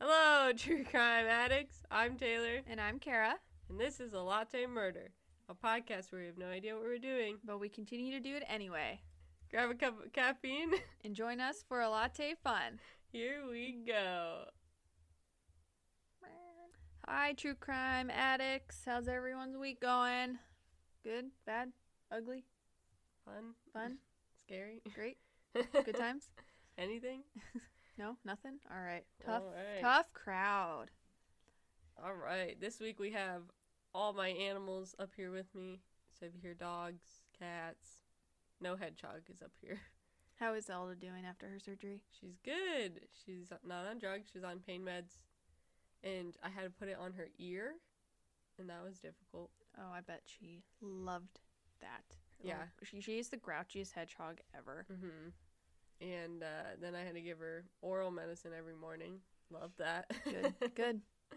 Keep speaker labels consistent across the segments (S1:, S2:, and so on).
S1: Hello, true crime addicts. I'm Taylor,
S2: And I'm Kara,
S1: and this is A Latte Murder, a podcast where we have no idea what we're doing.
S2: but we continue to do it anyway.
S1: Grab a cup of caffeine.
S2: And join us for a latte fun.
S1: Here we go.
S2: Hi, true crime addicts. How's everyone's week going? Good, bad, ugly,
S1: Fun,
S2: fun,
S1: scary.
S2: great, good times?
S1: Anything?
S2: No, nothing? All right. Tough,
S1: All right.
S2: tough crowd.
S1: All right. This week we have all my animals up here with me. So if you hear dogs, cats, no hedgehog is up here.
S2: How is Zelda doing after her surgery?
S1: She's good. She's not on drugs. She's on pain meds, and I had to put it on her ear, and that was difficult.
S2: Oh, I bet she loved that. Her
S1: Yeah.
S2: little- She, she is the grouchiest hedgehog ever.
S1: hmm And uh, then I had to give her oral medicine every morning. Love that.
S2: Good, good.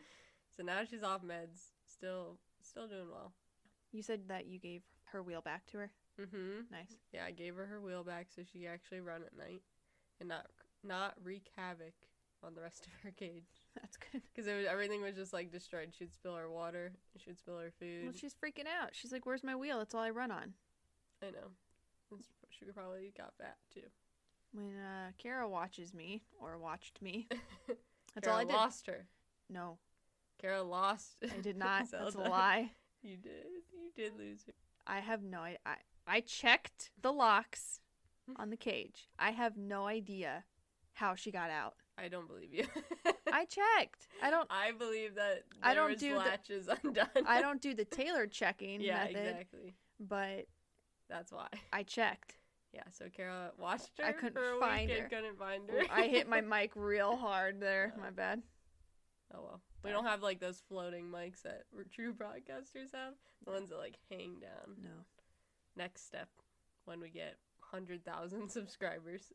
S1: so now she's off meds. Still, still doing well.
S2: You said that you gave her wheel back to her.
S1: hmm
S2: Nice.
S1: Yeah, I gave her her wheel back so she could actually run at night, and not not wreak havoc on the rest of her cage.
S2: That's good.
S1: Because everything was just like destroyed. She'd spill her water. She'd spill her food.
S2: Well, she's freaking out. She's like, "Where's my wheel? That's all I run on."
S1: I know. It's, she probably got fat too.
S2: When uh, Kara watches me or watched me, that's
S1: Kara
S2: all I did.
S1: lost her.
S2: No,
S1: Kara lost.
S2: I did not. that's a
S1: Zelda.
S2: lie.
S1: You did. You did lose her.
S2: I have no. I, I I checked the locks on the cage. I have no idea how she got out.
S1: I don't believe you.
S2: I checked. I don't.
S1: I believe that
S2: I
S1: there
S2: don't
S1: was
S2: do the-
S1: latches undone.
S2: I don't do the Taylor checking
S1: yeah,
S2: method,
S1: exactly.
S2: but
S1: That's why.
S2: I checked.
S1: Yeah. So Kara watched her.
S2: I couldn't
S1: for a
S2: find
S1: week and
S2: her.
S1: Couldn't find her.
S2: Ooh, I hit my mic real hard there.
S1: Oh.
S2: My bad.
S1: Oh well. We don't have like those floating mics that r- true broadcasters have. The ones that like hang down.
S2: No.
S1: Next step, when we get hundred thousand subscribers.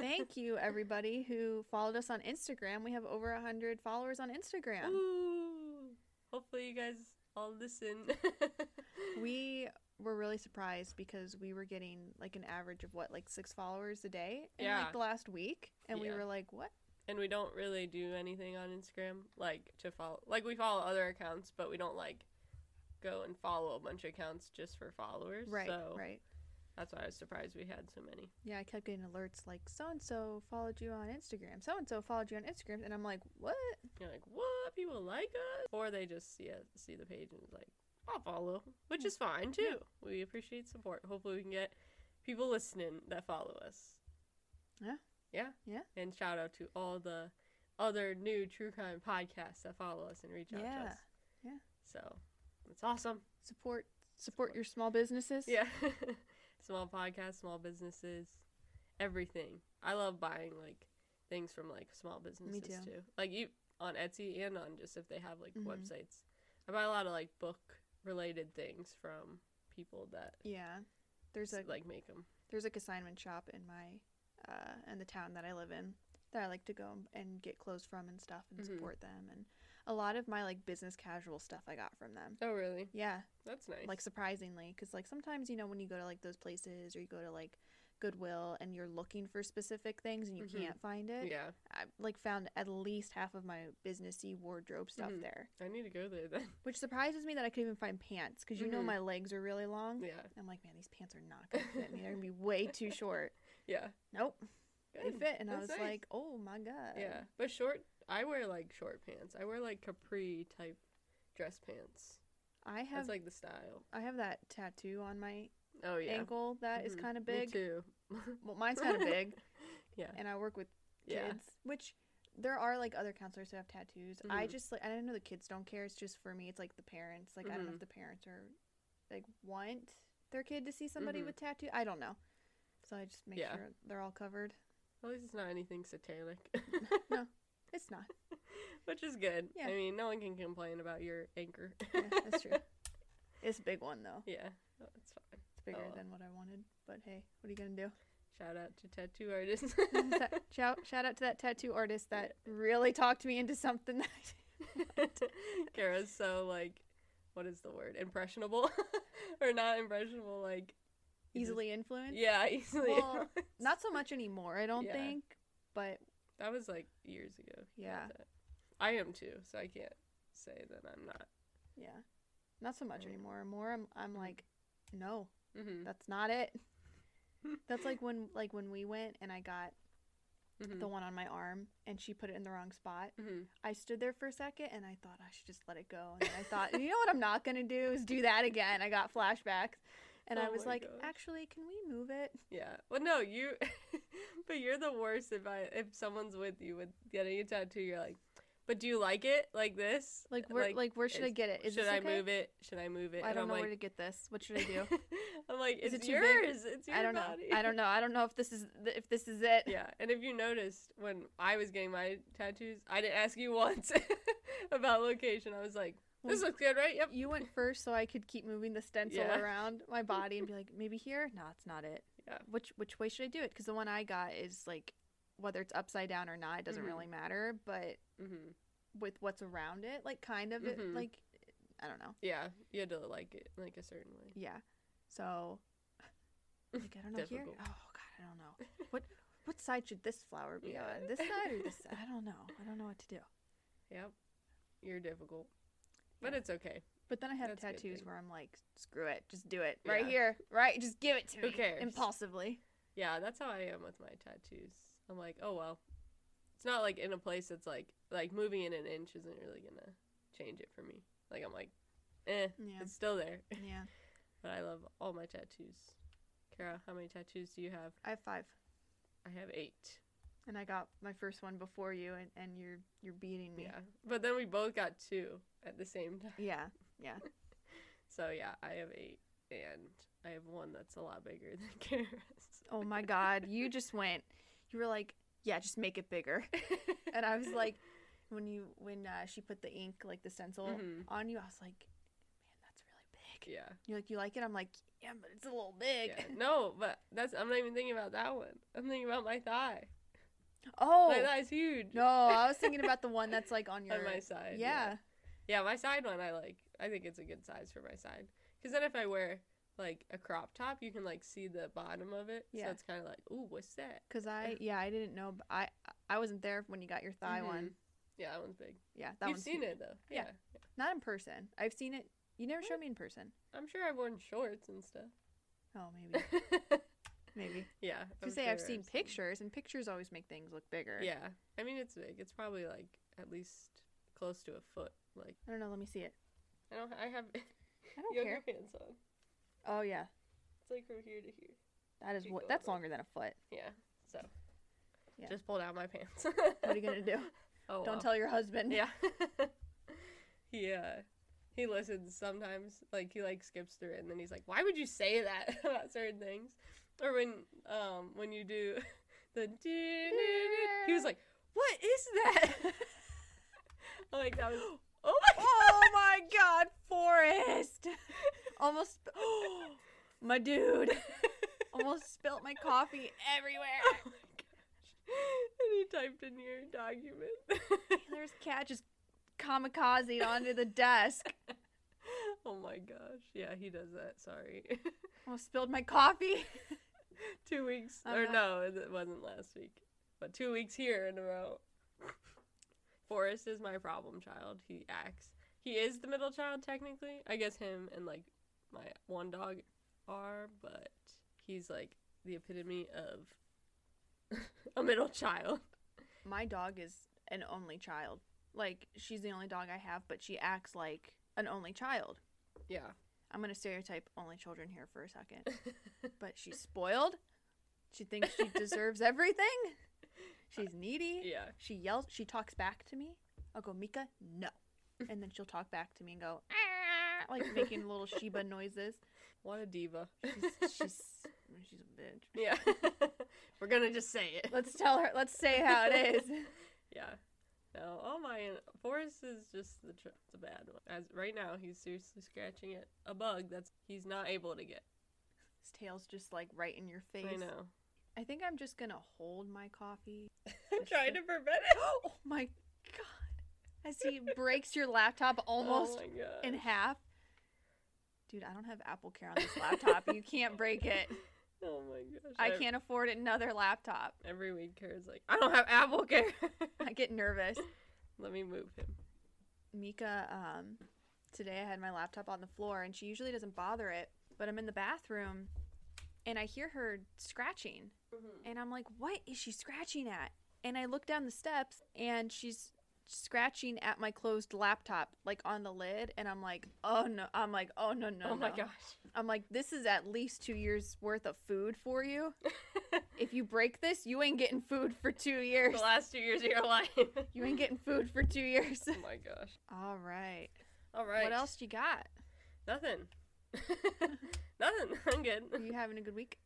S2: Thank you, everybody who followed us on Instagram. We have over 100 followers on Instagram.
S1: Ooh. Hopefully you guys all listen.
S2: We were really surprised because we were getting like an average of what, like six followers a day in
S1: Yeah.
S2: like the last week. And we
S1: Yeah.
S2: were like, what?
S1: and we don't really do anything on Instagram like to follow like we follow other accounts, but we don't like go and follow a bunch of accounts just for followers.
S2: Right,
S1: So
S2: right.
S1: that's why I was surprised we had so many.
S2: Yeah, I kept getting alerts like, so and so followed you on Instagram. So and so followed you on Instagram. And I'm like, what?
S1: You're like, What people like us? Or they just see us see the page and it's like, I'll follow. Which is fine too. We appreciate support. Hopefully we can get people listening that follow us.
S2: Yeah.
S1: Yeah.
S2: Yeah.
S1: And shout out to all the other new true crime podcasts that follow us and reach out
S2: Yeah.
S1: to us.
S2: Yeah.
S1: So it's awesome.
S2: Support. Support your small businesses.
S1: Yeah. small podcasts, small businesses, everything. I love buying like things from like small businesses
S2: too.
S1: Like you on Etsy and on just if they have like
S2: Mhm.
S1: websites. I buy a lot of like book related things from people that
S2: Yeah. There's a
S1: like make them.
S2: there's like a signman shop in my uh in the town that I live in that I like to go and get clothes from and stuff and
S1: Mhm.
S2: support them and a lot of my like business casual stuff I got from them.
S1: Oh really?
S2: Yeah,
S1: That's nice.
S2: like surprisingly cuz like sometimes you know when you go to like those places or you go to like Goodwill and you're looking for specific things and you
S1: Mhm.
S2: can't find it.
S1: yeah,
S2: I like found at least half of my businessy wardrobe stuff
S1: Mhm.
S2: there,
S1: I need to go there then.
S2: which surprises me that I could even find pants cuz you know
S1: Mhm.
S2: my legs are really long.
S1: yeah,
S2: I'm like, man, these pants are not going to fit me. They're going to be way too short.
S1: yeah.
S2: Nope. they
S1: Good.
S2: fit and i was
S1: That's nice.
S2: like oh my god
S1: yeah, but short. I wear like short pants. I wear like capri type dress pants.
S2: i have
S1: That's like the style.
S2: i have that tattoo on my
S1: Oh yeah,
S2: ankle that is
S1: Mhm.
S2: kind of
S1: Me
S2: big
S1: too.
S2: well mine's kind of big
S1: Yeah.
S2: and i work with kids
S1: Yeah.
S2: which there are like other counselors who have tattoos i
S1: Mhm.
S2: just like i don't know the kids don't care it's just for me it's like the parents like i don't know
S1: Mhm.
S2: if the parents are like want their kid to see somebody
S1: Mhm.
S2: with tattoo i don't know so i just make
S1: Yeah.
S2: sure they're all covered
S1: At least it's not anything satanic,
S2: it's not
S1: which is good.
S2: Yeah.
S1: I mean, no one can complain about your anchor.
S2: yeah, that's true it's a big one though
S1: yeah, no, it's fine.
S2: it's bigger
S1: well.
S2: than what i wanted but hey what are you gonna do
S1: Shout out to tattoo artists.
S2: Sa- shout, shout out to that tattoo artist that really talked me into something. That
S1: Kara's so like, what is the word? Impressionable, or not impressionable? Like you just-
S2: easily influenced.
S1: yeah, easily.
S2: Well, Not so much anymore, I don't
S1: Yeah.
S2: think. But
S1: that was like years ago. he had
S2: Yeah.
S1: that. I am too, so I can't say that I'm not.
S2: Yeah. Not so much
S1: Mm.
S2: anymore. More I'm I'm like, no,
S1: Mm-hmm.
S2: that's not it. That's like when like when we went and I got
S1: Mm-hmm.
S2: the one on my arm and she put it in the wrong spot.
S1: mm-hmm.
S2: I stood there for a second and I thought I should just let it go. And then I thought, you know what I'm not gonna do is do that again. I got flashbacks. And I
S1: Oh
S2: was
S1: my
S2: like,
S1: gosh.
S2: actually, can we move it?
S1: Yeah. Well, no, you. but you're the worst if I if someone's with you with getting a tattoo. You're like, but do you like it like this?
S2: Like where like, where should I
S1: is-
S2: get it? Is
S1: should
S2: this
S1: I
S2: okay?
S1: move it? Should I move it?
S2: I
S1: And
S2: don't
S1: I'm
S2: know
S1: like,
S2: where to get this. What should I do?
S1: I'm like,
S2: Is
S1: it's
S2: it too big?
S1: yours. It's your
S2: I don't know.
S1: body.
S2: I don't know. I don't know if this is th- if this is it.
S1: Yeah, and if you noticed when I was getting my tattoos, I didn't ask you once about location. I was like, "This
S2: Well,
S1: looks good, right?" Yep.
S2: You went first, so I could keep moving the stencil
S1: Yeah.
S2: around my body and be like, maybe here. No, it's not it.
S1: Yeah.
S2: Which which way should I do it? Because the one I got is like, whether it's upside down or not, it doesn't
S1: Mhm.
S2: really matter. But
S1: hmm
S2: with what's around it, like kind of
S1: Mhm.
S2: it, like I don't know.
S1: Yeah, you had to like it like a certain way.
S2: Yeah. So like I don't know here. Oh
S1: Difficult.
S2: God, I don't know. What what side should this flower be
S1: Yeah.
S2: on? This side or this side? I don't know. I don't know what to do.
S1: Yep, you're difficult, but
S2: Yeah.
S1: it's okay.
S2: But then I have
S1: That's a good
S2: tattoos
S1: thing.
S2: where I'm like, screw it, just do it right
S1: Yeah.
S2: here, right? Just give it to
S1: Who
S2: me
S1: cares?
S2: impulsively.
S1: Yeah, that's how I am with my tattoos. I'm like, oh well, it's not like in a place that's like like moving in an inch isn't really gonna change it for me. Like I'm like, eh,
S2: Yeah.
S1: it's still there.
S2: Yeah,
S1: But I love all my tattoos. Kara, how many tattoos do you have?
S2: I have five,
S1: I have eight.
S2: and I got my first one before you, and, and you're you're beating me.
S1: Yeah. But then we both got two at the same time.
S2: Yeah,
S1: So yeah, I have eight and I have one that's a lot bigger than Kara's.
S2: Oh my God, you just went. You were like, yeah, just make it bigger. And I was like, when you when uh, she put the ink like the stencil
S1: Mhm.
S2: on you, I was like, man, that's really big.
S1: Yeah.
S2: You're like, you like it? I'm like, yeah, but it's a little big.
S1: yeah. No, but that's I'm not even thinking about that one. I'm thinking about my thigh.
S2: Oh
S1: My thigh's huge.
S2: no, I was thinking about the one that's like on your
S1: On my side.
S2: yeah.
S1: Yeah, my side one I like. I think it's a good size for my side. Because then if I wear like a crop top, you can like see the bottom of it.
S2: Yeah.
S1: So it's kind of like, ooh, what's that?
S2: Cause I yeah I didn't know b- I I wasn't there when you got your thigh
S1: Mhm.
S2: one
S1: Yeah, that one's big.
S2: yeah that
S1: You've
S2: one's
S1: seen
S2: huge.
S1: it though.
S2: Yeah.
S1: yeah.
S2: not in person I've seen it you never showed me in person
S1: I'm sure I've worn shorts and stuff.
S2: oh maybe maybe
S1: yeah.
S2: I was
S1: I'm
S2: gonna say I've
S1: sure
S2: seen pictures and pictures always make things look bigger
S1: Yeah. I mean, it's big. It's probably like at least close to a foot. Like,
S2: I don't know let me see it
S1: I don't, I have
S2: I don't
S1: yoga
S2: care
S1: pants on.
S2: oh yeah
S1: It's like from here to here.
S2: that is
S1: You
S2: what
S1: go
S2: that's
S1: there.
S2: longer than a foot
S1: Yeah. So,
S2: Yeah.
S1: just pulled out my pants.
S2: what are you gonna do
S1: Oh,
S2: don't
S1: well.
S2: tell your husband
S1: Yeah. he, uh, he listens sometimes. Like, he like skips through it and then he's like, why would you say that about certain things? Or when, um, when you do the he was like, what is that? I'm like, that was, oh my
S2: oh my God Forrest almost sp- my dude almost spilt my coffee
S1: Oh
S2: everywhere
S1: my gosh. And he typed in your document.
S2: There's cat just kamikaze onto the desk.
S1: oh my gosh. Yeah, he does that. Sorry.
S2: Almost spilled my coffee.
S1: two weeks.
S2: I'm
S1: or
S2: not-
S1: no, it it wasn't last week. But two weeks here in a row. Forrest is my problem child. He acts. He is the middle child, technically. I guess him and like my one dog are, but he's like the epitome of a middle child.
S2: My dog is an only child. Like she's the only dog I have, but she acts like an only child.
S1: Yeah.
S2: I'm gonna stereotype only children here for a second. But she's spoiled. She thinks she deserves everything. She's needy.
S1: Yeah.
S2: She yells. She talks back to me. I'll go, Mika, no, and then she'll talk back to me and go, "Ah," like making little Sheba noises.
S1: What a diva.
S2: She's she's she's a bitch.
S1: Yeah. We're gonna just say it.
S2: Let's tell her. Let's say how it is.
S1: Yeah. No, all my Forrest is just the tr- the bad one. As right now, he's seriously scratching at a bug that's he's not able to get.
S2: His tail's just like right in your face.
S1: I know.
S2: I think I'm just gonna hold my coffee.
S1: I'm
S2: Just
S1: trying
S2: the-
S1: to prevent it.
S2: Oh my god! As he breaks your laptop almost
S1: Oh my god.
S2: in half. Dude, I don't have Apple Care on this laptop. You can't break it.
S1: Oh my gosh.
S2: I
S1: Ev-
S2: can't afford another laptop.
S1: Every week, Kara's like, I don't have Apple Care.
S2: I get nervous.
S1: Let me move him.
S2: Mika, um, today I had my laptop on the floor and she usually doesn't bother it, but I'm in the bathroom and I hear her scratching. And I'm like, what is she scratching at? And I look down the steps and she's scratching at my closed laptop, like on the lid. And I'm like, oh no. I'm like, oh no, no.
S1: oh my
S2: no."
S1: gosh.
S2: I'm like, this is at least two years worth of food for you. if you break this, you ain't getting food for two years.
S1: The last two years of your life.
S2: You ain't getting food for two years.
S1: oh my gosh.
S2: All right.
S1: All right.
S2: What else you got?
S1: Nothing. Nothing. I'm good.
S2: Are you having a good week?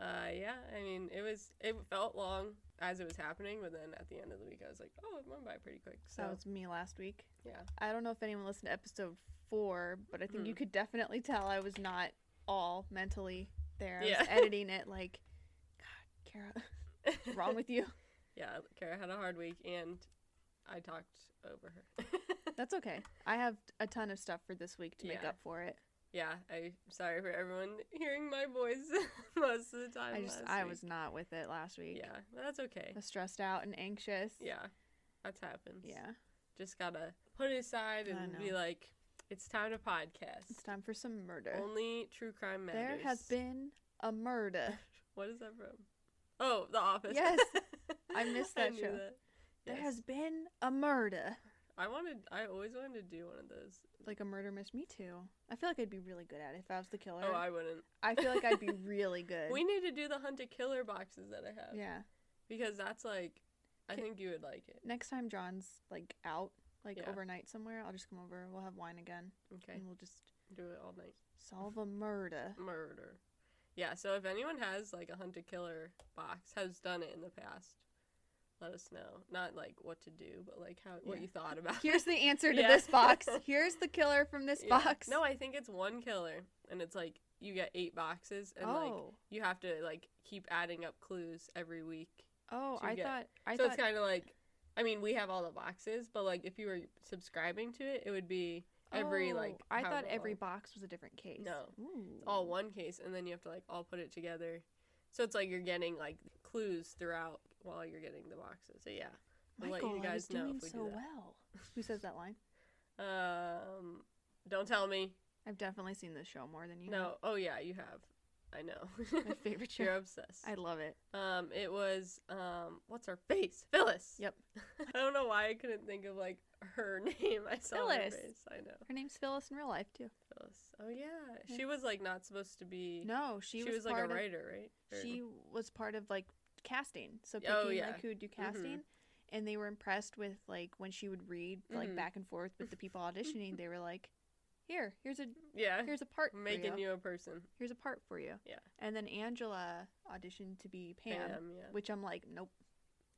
S1: Uh, yeah. I mean, it was. It felt long as it was happening, but then at the end of the week, I was like, oh, it went by pretty quick. So
S2: that was me last week.
S1: Yeah.
S2: I don't know if anyone listened to episode four, but I think
S1: Mm.
S2: you could definitely tell I was not all mentally there. I
S1: Yeah.
S2: was editing it like, God, Kara, what's wrong with you?
S1: yeah, Kara had a hard week, and I talked over her.
S2: That's okay. I have a ton of stuff for this week to make
S1: Yeah.
S2: up for it.
S1: yeah, I'm sorry for everyone hearing my voice most of the time.
S2: I just,
S1: last
S2: I
S1: week.
S2: was not with it last week.
S1: Yeah, that's okay.
S2: I was stressed out and anxious.
S1: Yeah, that's happens.
S2: Yeah.
S1: just gotta put it aside
S2: I
S1: and be
S2: know.
S1: like, it's time to podcast.
S2: It's time for some murder.
S1: Only true crime matters.
S2: There has been a murder.
S1: What is that from? Oh, The Office.
S2: Yes. I missed that
S1: knew
S2: show.
S1: that.
S2: There
S1: Yes.
S2: has been a murder.
S1: I wanted. I always wanted to do one of those.
S2: Like a murder mystery. Me too. I feel like I'd be really good at it if I was the killer.
S1: Oh, I wouldn't.
S2: I feel like I'd be really good.
S1: We need to do the hunt a killer boxes that I have.
S2: yeah.
S1: Because that's like, I
S2: Ki-
S1: think you would like it.
S2: Next time John's like out, like
S1: Yeah.
S2: overnight somewhere, I'll just come over. We'll have wine again,
S1: Okay.
S2: and we'll just
S1: Do it all night.
S2: solve a murder.
S1: Murder. Yeah. So if anyone has like a hunt a killer box, has done it in the past, let us know. Not like what to do, but like how what
S2: Yeah.
S1: you thought about. it.
S2: Here's the answer to
S1: Yeah.
S2: this box. Here's the killer from this
S1: Yeah.
S2: box.
S1: No, I think it's one killer, and it's like you get eight boxes, and like
S2: oh,
S1: you have to like keep adding up clues every week.
S2: oh,
S1: so you
S2: I
S1: get-
S2: thought I
S1: so
S2: thought
S1: it's kind of like, I mean, we have all the boxes, but like if you were subscribing to it, it would be every
S2: oh,
S1: like.
S2: I thought
S1: however
S2: every
S1: long.
S2: box was a different case.
S1: No.
S2: Ooh.
S1: all one case, and then you have to like all put it together. So it's like you're getting like clues throughout while you're getting the boxes. So yeah, I'll
S2: Michael,
S1: let you
S2: I was
S1: guys know
S2: doing
S1: if we
S2: so
S1: do that.
S2: well. Who says that line?
S1: Um, don't tell me.
S2: I've definitely seen this show more than you.
S1: No. Oh yeah, you have. I know.
S2: have. my favorite show.
S1: You're obsessed.
S2: I love it.
S1: Um, it was um, what's her face? Phyllis.
S2: Yep.
S1: I don't know why I couldn't think of like her name. I saw
S2: Phyllis.
S1: her face. I know
S2: Her name's Phyllis in real life too.
S1: Phyllis. Oh yeah,
S2: Yeah.
S1: she was like not supposed to be.
S2: No, she,
S1: she, was, like
S2: part
S1: a
S2: of-
S1: writer, right? Or-
S2: she was part of like casting so picking
S1: Oh, yeah.
S2: like who would do casting and they were impressed with like when she would read like
S1: Mhm.
S2: back and forth with the people auditioning they were like here here's a
S1: yeah,
S2: here's a part
S1: Uh, making
S2: for you.
S1: you. a person.
S2: here's a part for you
S1: Yeah.
S2: and then angela auditioned to be pam,
S1: Pam, yeah.
S2: which i'm like nope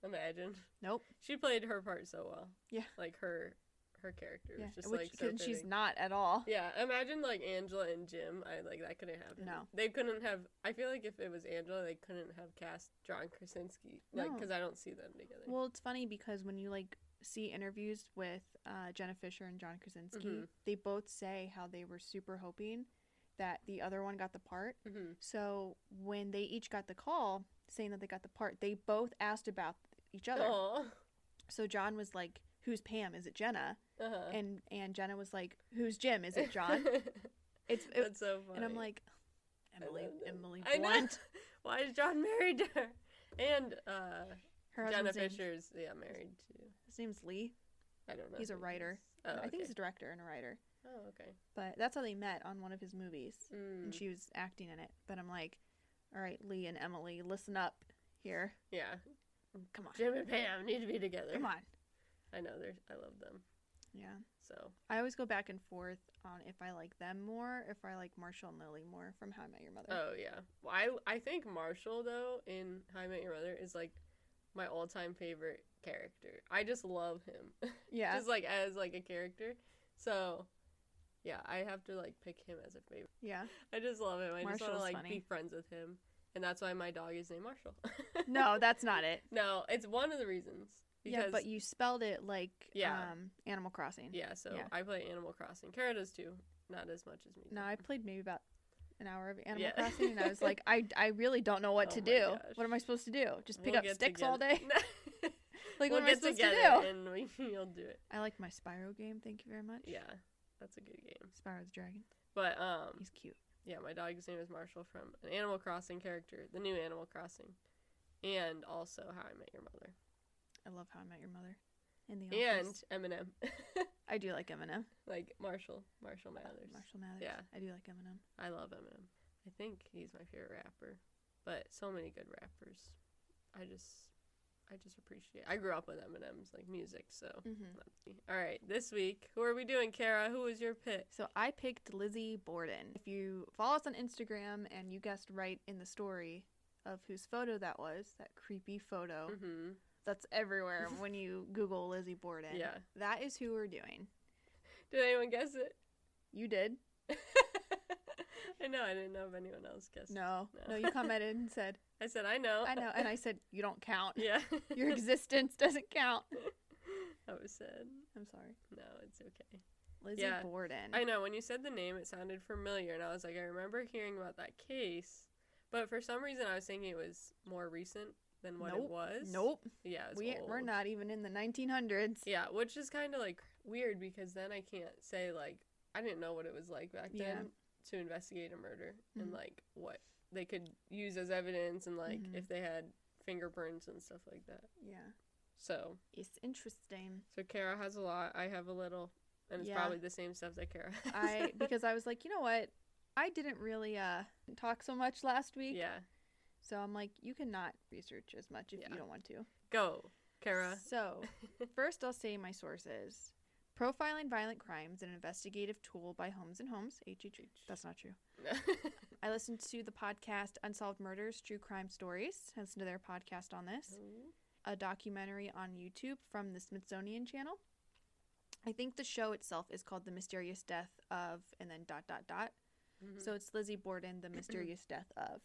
S1: Imagine.
S2: nope
S1: She played her part so well.
S2: Yeah.
S1: Like her, her character
S2: yeah
S1: was just
S2: which
S1: like so
S2: and she's
S1: fitting.
S2: not at all
S1: Yeah, imagine like Angela and Jim. I like that couldn't happen.
S2: No.
S1: they couldn't have. I feel like if it was Angela, they couldn't have cast John Krasinski. Like,
S2: No.
S1: because I don't see them together.
S2: well it's funny because when you like see interviews with uh, jenna fisher and john krasinski
S1: Mhm.
S2: they both say how they were super hoping that the other one got the part
S1: hmm
S2: So when they each got the call saying that they got the part, they both asked about each other.
S1: Aw.
S2: So John was like, "Who's Pam? Is it Jenna?"
S1: Uh-huh.
S2: And and Jenna was like, "Who's Jim? Is it John?" It's it,
S1: That's so funny.
S2: and I'm like,
S1: I
S2: Emily
S1: love them.
S2: Emily
S1: I know.
S2: Blunt.
S1: Why is John married to her? And uh,
S2: Her
S1: Jenna
S2: husband's name-
S1: Fisher's yeah married to.
S2: His name's Lee.
S1: I don't know.
S2: He's a
S1: who he
S2: writer.
S1: is. Oh,
S2: I think he's
S1: okay.
S2: a director and a writer.
S1: Oh, okay.
S2: But that's how they met on one of his movies,
S1: Mm,
S2: and she was acting in it. But I'm like, "All right, Lee and Emily, listen up here.
S1: yeah,
S2: Come on,
S1: Jim and Pam need to be together.
S2: come on."
S1: I know they're. I love them.
S2: Yeah.
S1: So
S2: I always go back and forth on if I like them more, if I like Marshall and Lily more from How I Met Your Mother.
S1: Oh yeah. Well, I I think Marshall though in How I Met Your Mother is like my all time favorite character. I just love him.
S2: yeah,
S1: just like as like a character. So yeah, I have to like pick him as a favorite.
S2: yeah.
S1: I just love him. I just want
S2: Marshall's
S1: to like be
S2: funny.
S1: friends with him. And that's why my dog is named Marshall.
S2: No, that's not it.
S1: no, it's one of the reasons. Because
S2: yeah, but you spelled it like
S1: Yeah.
S2: um, Animal Crossing.
S1: yeah, so
S2: yeah.
S1: I play Animal Crossing. Kara does too. Not as much as me.
S2: No, I played maybe about an hour of Animal
S1: Yeah.
S2: Crossing, and I was like, I, I really don't know what
S1: Oh
S2: to
S1: my
S2: do.
S1: gosh.
S2: What am I supposed to do? Just pick
S1: We'll
S2: up
S1: get
S2: sticks all
S1: together-
S2: day?
S1: No.
S2: Like
S1: we'll
S2: what am I
S1: get
S2: supposed
S1: together
S2: to do?
S1: and we, you'll do it.
S2: I like my Spyro game. Thank you very much.
S1: Yeah, that's a good game.
S2: Spyro the Dragon.
S1: But um,
S2: He's cute.
S1: yeah, my dog's name is Marshall from an Animal Crossing character, the new Animal Crossing, and also How I Met Your Mother
S2: I love How I Met Your Mother. In the
S1: and
S2: office.
S1: Eminem,
S2: I do like Eminem.
S1: like Marshall, Marshall Mathers.
S2: Marshall Mathers.
S1: Yeah.
S2: I do like Eminem.
S1: I love Eminem. I think he's my favorite rapper, but so many good rappers. I just, I just appreciate. I grew up with Eminem's like music, so.
S2: Mm-hmm.
S1: All right, this week, who are we doing, Kara? Who was your pick?
S2: So I picked Lizzie Borden. If you follow us on Instagram and you guessed right in the story of whose photo that was, that creepy photo
S1: Mm-hmm.
S2: that's everywhere when you Google Lizzie Borden.
S1: Yeah.
S2: That is who we're doing.
S1: Did anyone guess it?
S2: You did?
S1: I know. I didn't know if anyone else guessed.
S2: No.
S1: No.
S2: No, you commented and said,
S1: I said I know.
S2: I know. And I said, You don't count.
S1: yeah.
S2: Your existence doesn't count.
S1: that was sad.
S2: I'm sorry.
S1: No, it's okay.
S2: Lizzie
S1: Yeah.
S2: Borden.
S1: I know. When you said the name, it sounded familiar, and I was like, I remember hearing about that case, but for some reason, I was thinking it was more recent than what
S2: Nope.
S1: it was.
S2: Nope.
S1: Yeah. It was
S2: We, we're
S1: old.
S2: not even in the 1900s.
S1: Yeah, which is kind of like weird because then I can't say like I didn't know what it was like back
S2: Yeah.
S1: then to investigate a murder
S2: Mhm.
S1: and like what they could use as evidence and like
S2: Mhm.
S1: if they had fingerprints and stuff like that.
S2: Yeah.
S1: So,
S2: It's interesting.
S1: so Kara has a lot, I have a little, and it's
S2: Yeah.
S1: probably the same stuff that Kara has.
S2: I because I was like, you know what? I didn't really uh talk so much last week.
S1: yeah,
S2: So I'm like, you cannot research as much if
S1: Yeah.
S2: you don't want to.
S1: go Kara.
S2: So, first I'll say my sources. Profiling Violent Crimes, an investigative tool by Holmes and Holmes, HH. That's not true. I listened to the podcast Unsolved Murders, True Crime Stories. I listened to their podcast on this.
S1: Mm-hmm.
S2: a documentary on YouTube from the Smithsonian Channel. I think the show itself is called The Mysterious Death of, and then dot, dot, dot.
S1: Mhm.
S2: So it's Lizzie Borden, The Mysterious Death of,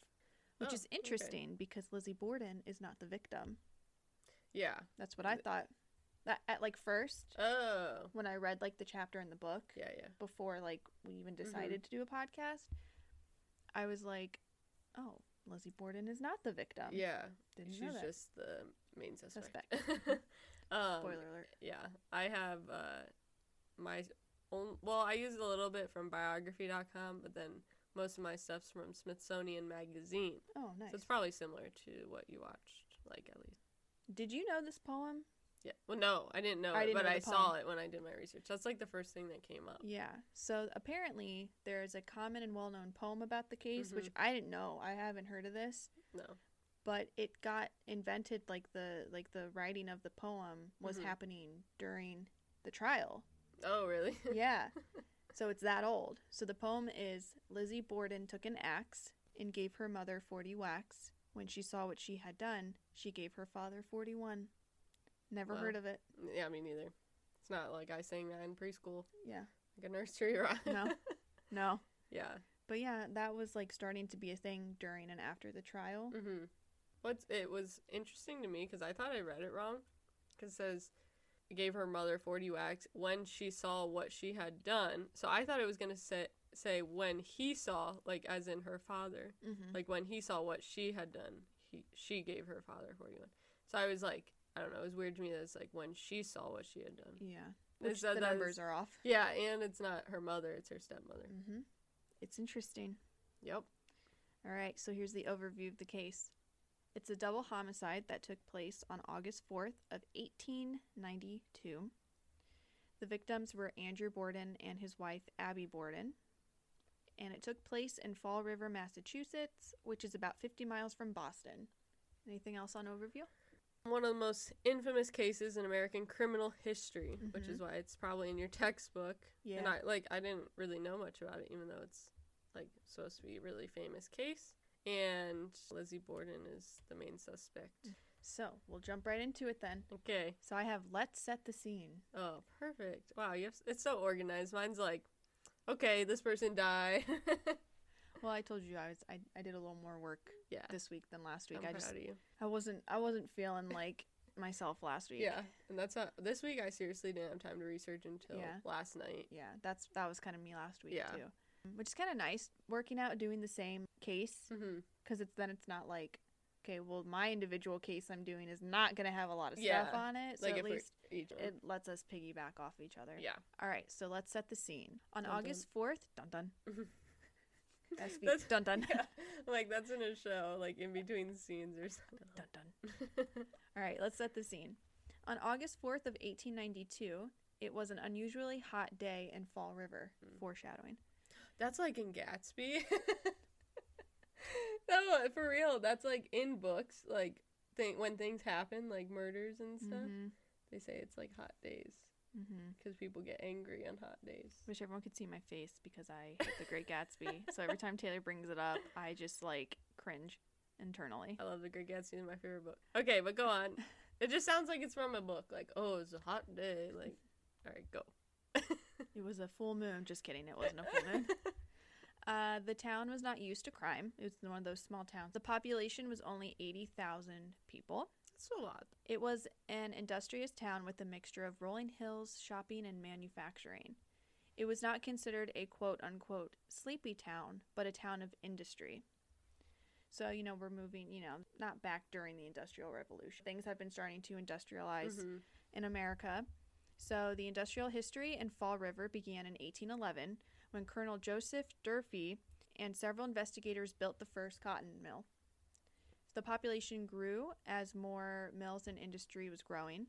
S2: which
S1: Oh,
S2: is
S1: okay.
S2: interesting because Lizzie Borden is not the victim.
S1: yeah.
S2: That's what I
S1: Th-
S2: thought. That at like first,
S1: Oh.
S2: when I read like the chapter in the book
S1: Yeah, yeah.
S2: before like we even
S1: Mm-hmm.
S2: decided to do a podcast, I was like, oh, Lizzie Borden is not the victim.
S1: yeah.
S2: Didn't Um, know
S1: She's
S2: that.
S1: just the main suspect.
S2: Suspect.
S1: um,
S2: Spoiler alert.
S1: Yeah, I have uh, my own. Well, I use a little bit from biography.com, but then most of my stuff's from Smithsonian Magazine.
S2: Oh, nice.
S1: eh, So it's probably similar to what you watched, like at least.
S2: Did you know this poem?
S1: Yeah. Well, no, I didn't know
S2: I
S1: it,
S2: didn't
S1: but
S2: know the
S1: I saw
S2: poem.
S1: it when I did my research. That's like the first thing that came up.
S2: Yeah. So apparently there is a common and well known poem about the case, which
S1: Mm-hmm.
S2: I didn't know. I haven't heard of this.
S1: No.
S2: But it got invented like the like the writing of the poem was
S1: Mhm.
S2: happening during the trial.
S1: Oh, really?
S2: Yeah. so it's that old. So the poem is Lizzie Borden took an axe and gave her mother forty whacks. When she saw what she had done, she gave her father forty one. Never
S1: Wow.
S2: heard of it.
S1: yeah, me neither. It's not like I sang that in preschool,
S2: Yeah.
S1: like a nursery rhyme.
S2: No. No.
S1: yeah.
S2: But yeah, that was like starting to be a thing during and after the trial.
S1: Mm-hmm. What's it was interesting to me because I thought I read it wrong, because it says gave her mother forty whacks when she saw what she had done. So I thought it was gonna say say when he saw, like as in her father,
S2: Mm-hmm.
S1: like when he saw what she had done, he she gave her father forty one. So I was like, I don't know, it was weird to me that it's like when she saw what she had done.
S2: Yeah.
S1: They
S2: Which
S1: said
S2: the
S1: that
S2: numbers
S1: is-
S2: are off.
S1: Yeah, and it's not her mother; it's her stepmother.
S2: Mm-hmm. It's interesting.
S1: Yep.
S2: All right, so here's the overview of the case. It's a double homicide that took place on August 4th of 1892. The victims were Andrew Borden and his wife Abby Borden. And it took place in Fall River, Massachusetts, which is about 50 miles from Boston. Anything else on overview?
S1: one of the most infamous cases in American criminal history, which
S2: Mhm.
S1: is why it's probably in your textbook. And
S2: Yeah.
S1: I like I didn't really know much about it, even though it's like supposed to be a really famous case. And Lizzie Borden is the main suspect.
S2: Mm. So we'll jump right into it then.
S1: Okay.
S2: So I have Let's Set the Scene.
S1: Oh, perfect. Wow, you have, it's so organized. Mine's like, okay, this person died.
S2: Well, I told you I was I, I did a little more work
S1: yeah.
S2: this week than last
S1: I'm
S2: week. I
S1: proud
S2: just
S1: of you.
S2: I wasn't I wasn't feeling like myself last week.
S1: Yeah, and that's how this week. I seriously didn't have time to research until
S2: Yeah.
S1: last night.
S2: Yeah, that's that was kind of me last week
S1: Yeah.
S2: too. Which is kind of nice working out doing the same case
S1: hmm
S2: cuz it's then it's not like okay, well, my individual case I'm doing is not going to have a lot of stuff
S1: Yeah,
S2: on it. So
S1: like
S2: at
S1: if we're
S2: least
S1: each one.
S2: it lets us piggyback off each other.
S1: yeah.
S2: All right, so let's set the scene. On
S1: Dun dun.
S2: August 4th, dun dun.
S1: Mhm.
S2: That's me.
S1: That's-
S2: Dun dun.
S1: yeah. Like that's in a show, like in between scenes or something.
S2: Dun dun. All right, let's set the scene. On August 4th of 1892, it was an unusually hot day in Fall River.
S1: Hmm.
S2: Foreshadowing.
S1: That's like in Gatsby. no, uh, for real. That's like in books, like thing when things happen, like murders and stuff.
S2: Mm-hmm.
S1: They say it's like hot days
S2: Mm-hmm.
S1: because people get angry on hot days.
S2: Wish everyone could see my face because I hate The Great Gatsby. so every time Taylor brings it up, I just like cringe internally.
S1: I love The Great Gatsby. It's my favorite book. Okay, but go on. It just sounds like it's from a book. Like, oh, it's a hot day. Like, all right, go.
S2: It was a full moon. Just kidding. It wasn't a full moon. Uh, the town was not used to crime. It was one of those small towns. The population was only 80,000 people.
S1: That's a lot.
S2: It was an industrious town with a mixture of rolling hills, shopping, and manufacturing. It was not considered a quote unquote sleepy town, but a town of industry. So, you know, we're moving, you know, not back during the Industrial Revolution. Things have been starting to industrialize
S1: Mhm.
S2: in America. So, the industrial history in Fall River began in 1811 when Colonel Joseph Durfee and several investigators built the first cotton mill. The population grew as more mills and industry was growing.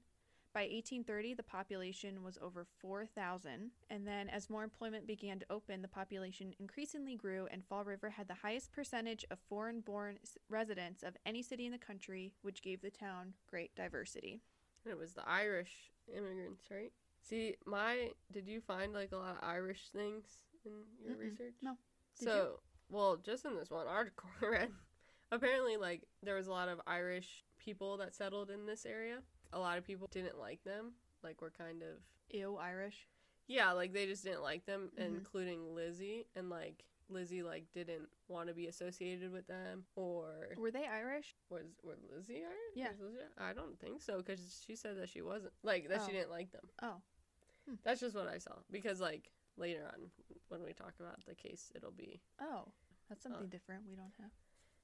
S2: By 1830, the population was over 4,000. And then, as more employment began to open, the population increasingly grew, and Fall River had the highest percentage of foreign born residents of any city in the country, which gave the town great diversity.
S1: And it was the Irish immigrants, right? See, my did you find like a lot of Irish things in your
S2: Mm-mm.
S1: research?
S2: No. Did you?
S1: so, well, just in this one article I read, apparently, like there was a lot of Irish people that settled in this area. A lot of people didn't like them. Like, were kind of
S2: Ew, Irish.
S1: yeah, like they just didn't like them,
S2: Mhm.
S1: including Lizzie, and like Lizzie like didn't want to be associated with them or
S2: Were they Irish?
S1: was were Lizzie Irish?
S2: Yeah.
S1: Was Lizzie- I don't think so because she said that she wasn't like that.
S2: Oh.
S1: She didn't like them.
S2: Oh. Hmm.
S1: That's just what I saw because like later on when we talk about the case, it'll be
S2: Oh, that's something
S1: Uh.
S2: different we don't have.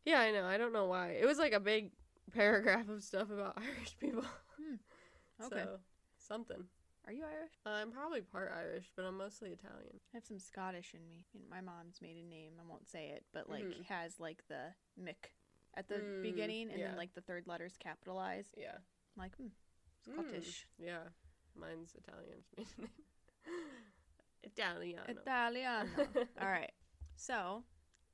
S1: yeah. I know. I don't know why it was like a big paragraph of stuff about Irish people.
S2: Okay.
S1: So, something.
S2: Are you Irish?
S1: I'm probably part Irish, but I'm mostly Italian.
S2: I have some Scottish in me. And my mom's maiden name, I won't say it, but like
S1: Mhm.
S2: has like the Mick at the
S1: Mm,
S2: beginning and
S1: yeah.
S2: then like the third letter's capitalized.
S1: Yeah.
S2: I'm like, hmm,
S1: Mm,
S2: Scottish.
S1: yeah. Mine's Italian. Italiano.
S2: Italiano. All right. So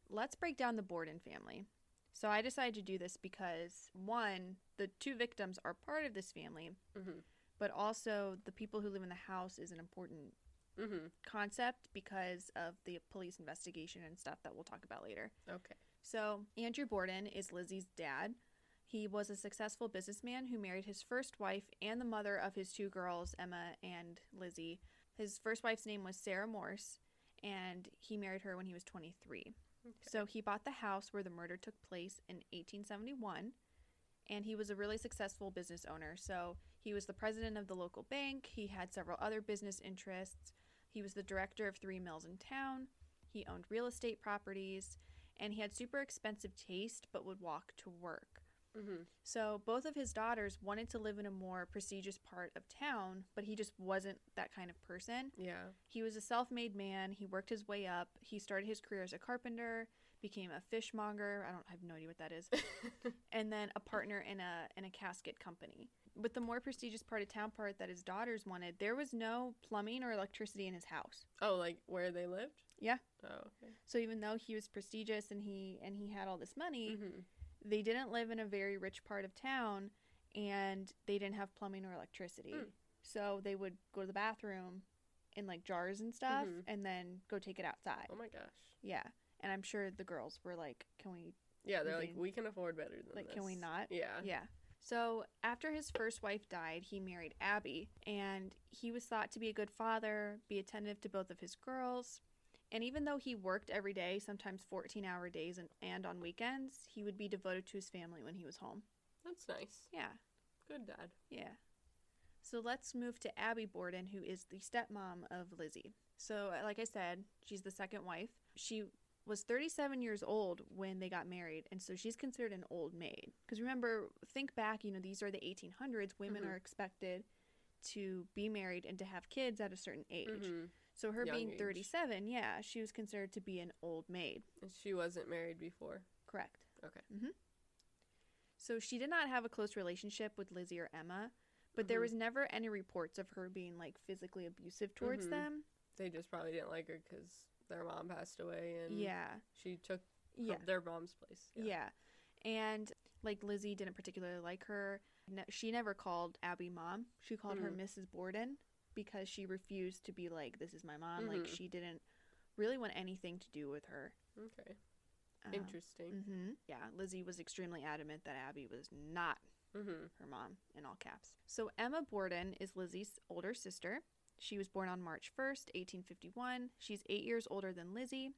S2: let's break down the Borden family. So I decided to do this because one, the two victims are part of this family,
S1: Mhm.
S2: but also the people who live in the house is an important
S1: Mhm.
S2: concept because of the police investigation and stuff that we'll talk about later.
S1: Okay.
S2: So, Andrew Borden is Lizzie's dad. He was a successful businessman who married his first wife and the mother of his two girls, Emma and Lizzie. His first wife's name was Sarah Morse, and he married her when he was 23. So, he bought the house where the murder took place in 1871, and he was a really successful business owner. So, he was the president of the local bank, he had several other business interests, he was the director of three mills in town, he owned real estate properties and he had super expensive taste but would walk to work.
S1: Mhm.
S2: So both of his daughters wanted to live in a more prestigious part of town, but he just wasn't that kind of person.
S1: Yeah.
S2: He was a self made man, he worked his way up, he started his career as a carpenter, became a fishmonger, I don't I have no idea what that is, and then a partner in a in a casket company. With the more prestigious part of town part that his daughters wanted, there was no plumbing or electricity in his house.
S1: Oh, like where they lived?
S2: Yeah.
S1: Oh, okay.
S2: So even though he was prestigious and he and he had all this money,
S1: hmm
S2: they didn't live in a very rich part of town and they didn't have plumbing or electricity.
S1: Hmm.
S2: So they would go to the bathroom in like jars and stuff
S1: Mhm.
S2: and then go take it outside.
S1: Oh my gosh.
S2: Yeah. And I'm sure the girls were like, can we?
S1: Yeah, they're like,
S2: Okay.
S1: we can afford better than
S2: Like, can we
S1: this."
S2: not?
S1: Yeah.
S2: Yeah. So after his first wife died, he married Abby and he was thought to be a good father, be attentive to both of his girls. And even though he worked every day, sometimes 14 hour days and, and on weekends, he would be devoted to his family when he was home.
S1: That's nice.
S2: Yeah.
S1: Good dad.
S2: Yeah. So let's move to Abby Borden, uh, who is the stepmom of Lizzie. So, like I said, she's the second wife. She was 37 years old when they got married, and so she's considered an old maid. Because remember, think back, you know, these are the 1800s. Women
S1: Mhm.
S2: are expected to be married and to have kids at a certain age.
S1: Mhm.
S2: So her
S1: Young
S2: being
S1: age.
S2: 37, yeah, she was considered to be an old maid.
S1: And she wasn't married before.
S2: Correct.
S1: Okay.
S2: hmm So she did not have a close relationship with Lizzie or Emma, but there
S1: Mhm.
S2: was never any reports of her being like physically abusive towards
S1: Mhm.
S2: them.
S1: They just probably didn't like her because their mom passed away and
S2: Yeah.
S1: she took her-
S2: Yeah.
S1: their mom's place.
S2: yeah. And like Lizzie didn't particularly like her. No, she never called Abby mom. She called her
S1: Mm.
S2: Mrs. Borden because she refused to be like this is my mom. Like
S1: Mhm.
S2: she didn't really want anything to do with her.
S1: Okay.
S2: Um,
S1: Interesting.
S2: hmm Yeah, Lizzie was extremely adamant that Abby was not
S1: Mm-hmm.
S2: her mom in all caps. So Emma Borden is Lizzie's older sister. She was born on March 1st, 1851. She's 8 years older than Lizzie.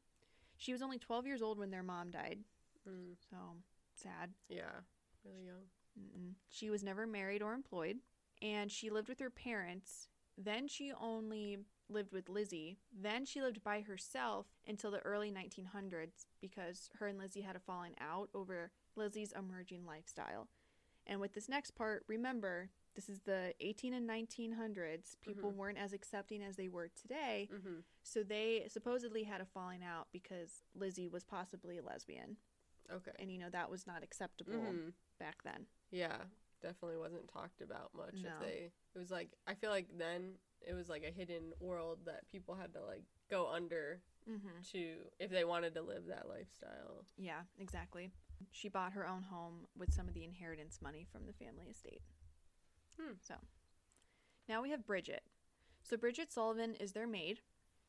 S2: She was only 12 years old when their mom died.
S1: Mm.
S2: So sad.
S1: Yeah. Really young.
S2: Mm-mm. She was never married or employed and she lived with her parents. Then she only lived with Lizzie. Then she lived by herself until the early 1900s because her and Lizzie had a falling out over Lizzie's emerging lifestyle. And with this next part, remember, this is the 18 and 1900s. People weren't as accepting as they were today.
S1: Mm-hmm.
S2: So they supposedly had a falling out because Lizzie was possibly a lesbian.
S1: Okay.
S2: And, you know, that was not acceptable
S1: hmm
S2: back then.
S1: Yeah. Definitely wasn't talked about much.
S2: No.
S1: If they, it was like I feel like then it was like a hidden world that people had to like go under
S2: Mm-hmm.
S1: to if they wanted to live that lifestyle.
S2: Yeah, exactly. She bought her own home with some of the inheritance money from the family estate.
S1: Hmm.
S2: So now we have Bridget. So Bridget Sullivan is their maid.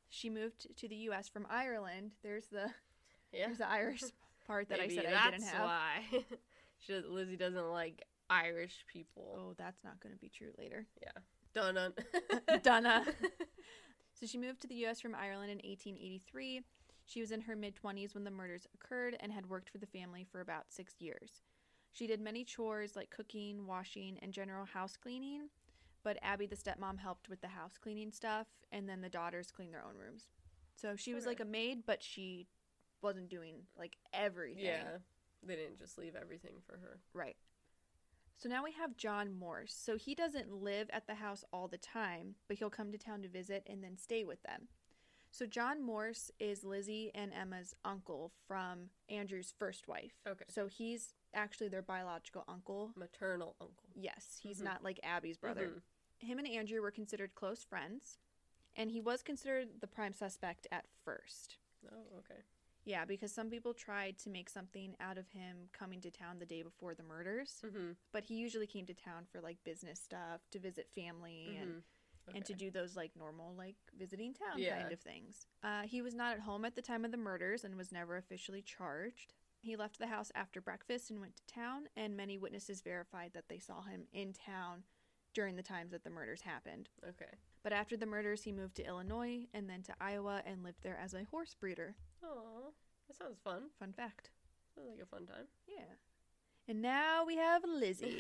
S2: She moved to the U.S. from Ireland. There's the
S1: Yeah.
S2: there's the Irish part that
S1: Maybe
S2: I said
S1: that's
S2: I didn't have.
S1: why. she, doesn't- Lizzie doesn't like Irish people.
S2: Oh, that's not going to be true later.
S1: Dun dun.
S2: Donna. so she moved to the U.S. from Ireland in 1883. She was in her mid 20s when the murders occurred and had worked for the family for about six years. She did many chores like cooking, washing, and general house cleaning, but Abby, the stepmom, helped with the house cleaning stuff, and then the daughters cleaned their own rooms. So she was
S1: Okay.
S2: like a maid, but she wasn't doing like everything.
S1: yeah. They didn't just leave everything for her.
S2: Right. So now we have John Morse. So he doesn't live at the house all the time, but he'll come to town to visit and then stay with them. So John Morse is Lizzie and Emma's uncle from Andrew's first wife.
S1: Okay.
S2: So he's actually their biological uncle.
S1: Maternal uncle.
S2: Yes, he's
S1: Mhm.
S2: not like Abby's brother.
S1: Mhm.
S2: Him and Andrew were considered close friends, and he was considered the prime suspect at first.
S1: Oh, okay.
S2: Yeah, because some people tried to make something out of him coming to town the day before the murders
S1: Mm-hmm.
S2: but he usually came to town for like business stuff to visit family and
S1: mm-hmm.
S2: and to do those like normal like visiting town
S1: Yeah.
S2: kind of things uh, he was not at home at the time of the murders and was never officially charged he left the house after breakfast and went to town and many witnesses verified that they saw him in town during the times that the murders happened
S1: Okay.
S2: but after the murders he moved to illinois and then to iowa and lived there as a horse breeder
S1: Oh, that sounds fun.
S2: fun fact
S1: Sounds like a fun time.
S2: yeah and now we have lizzie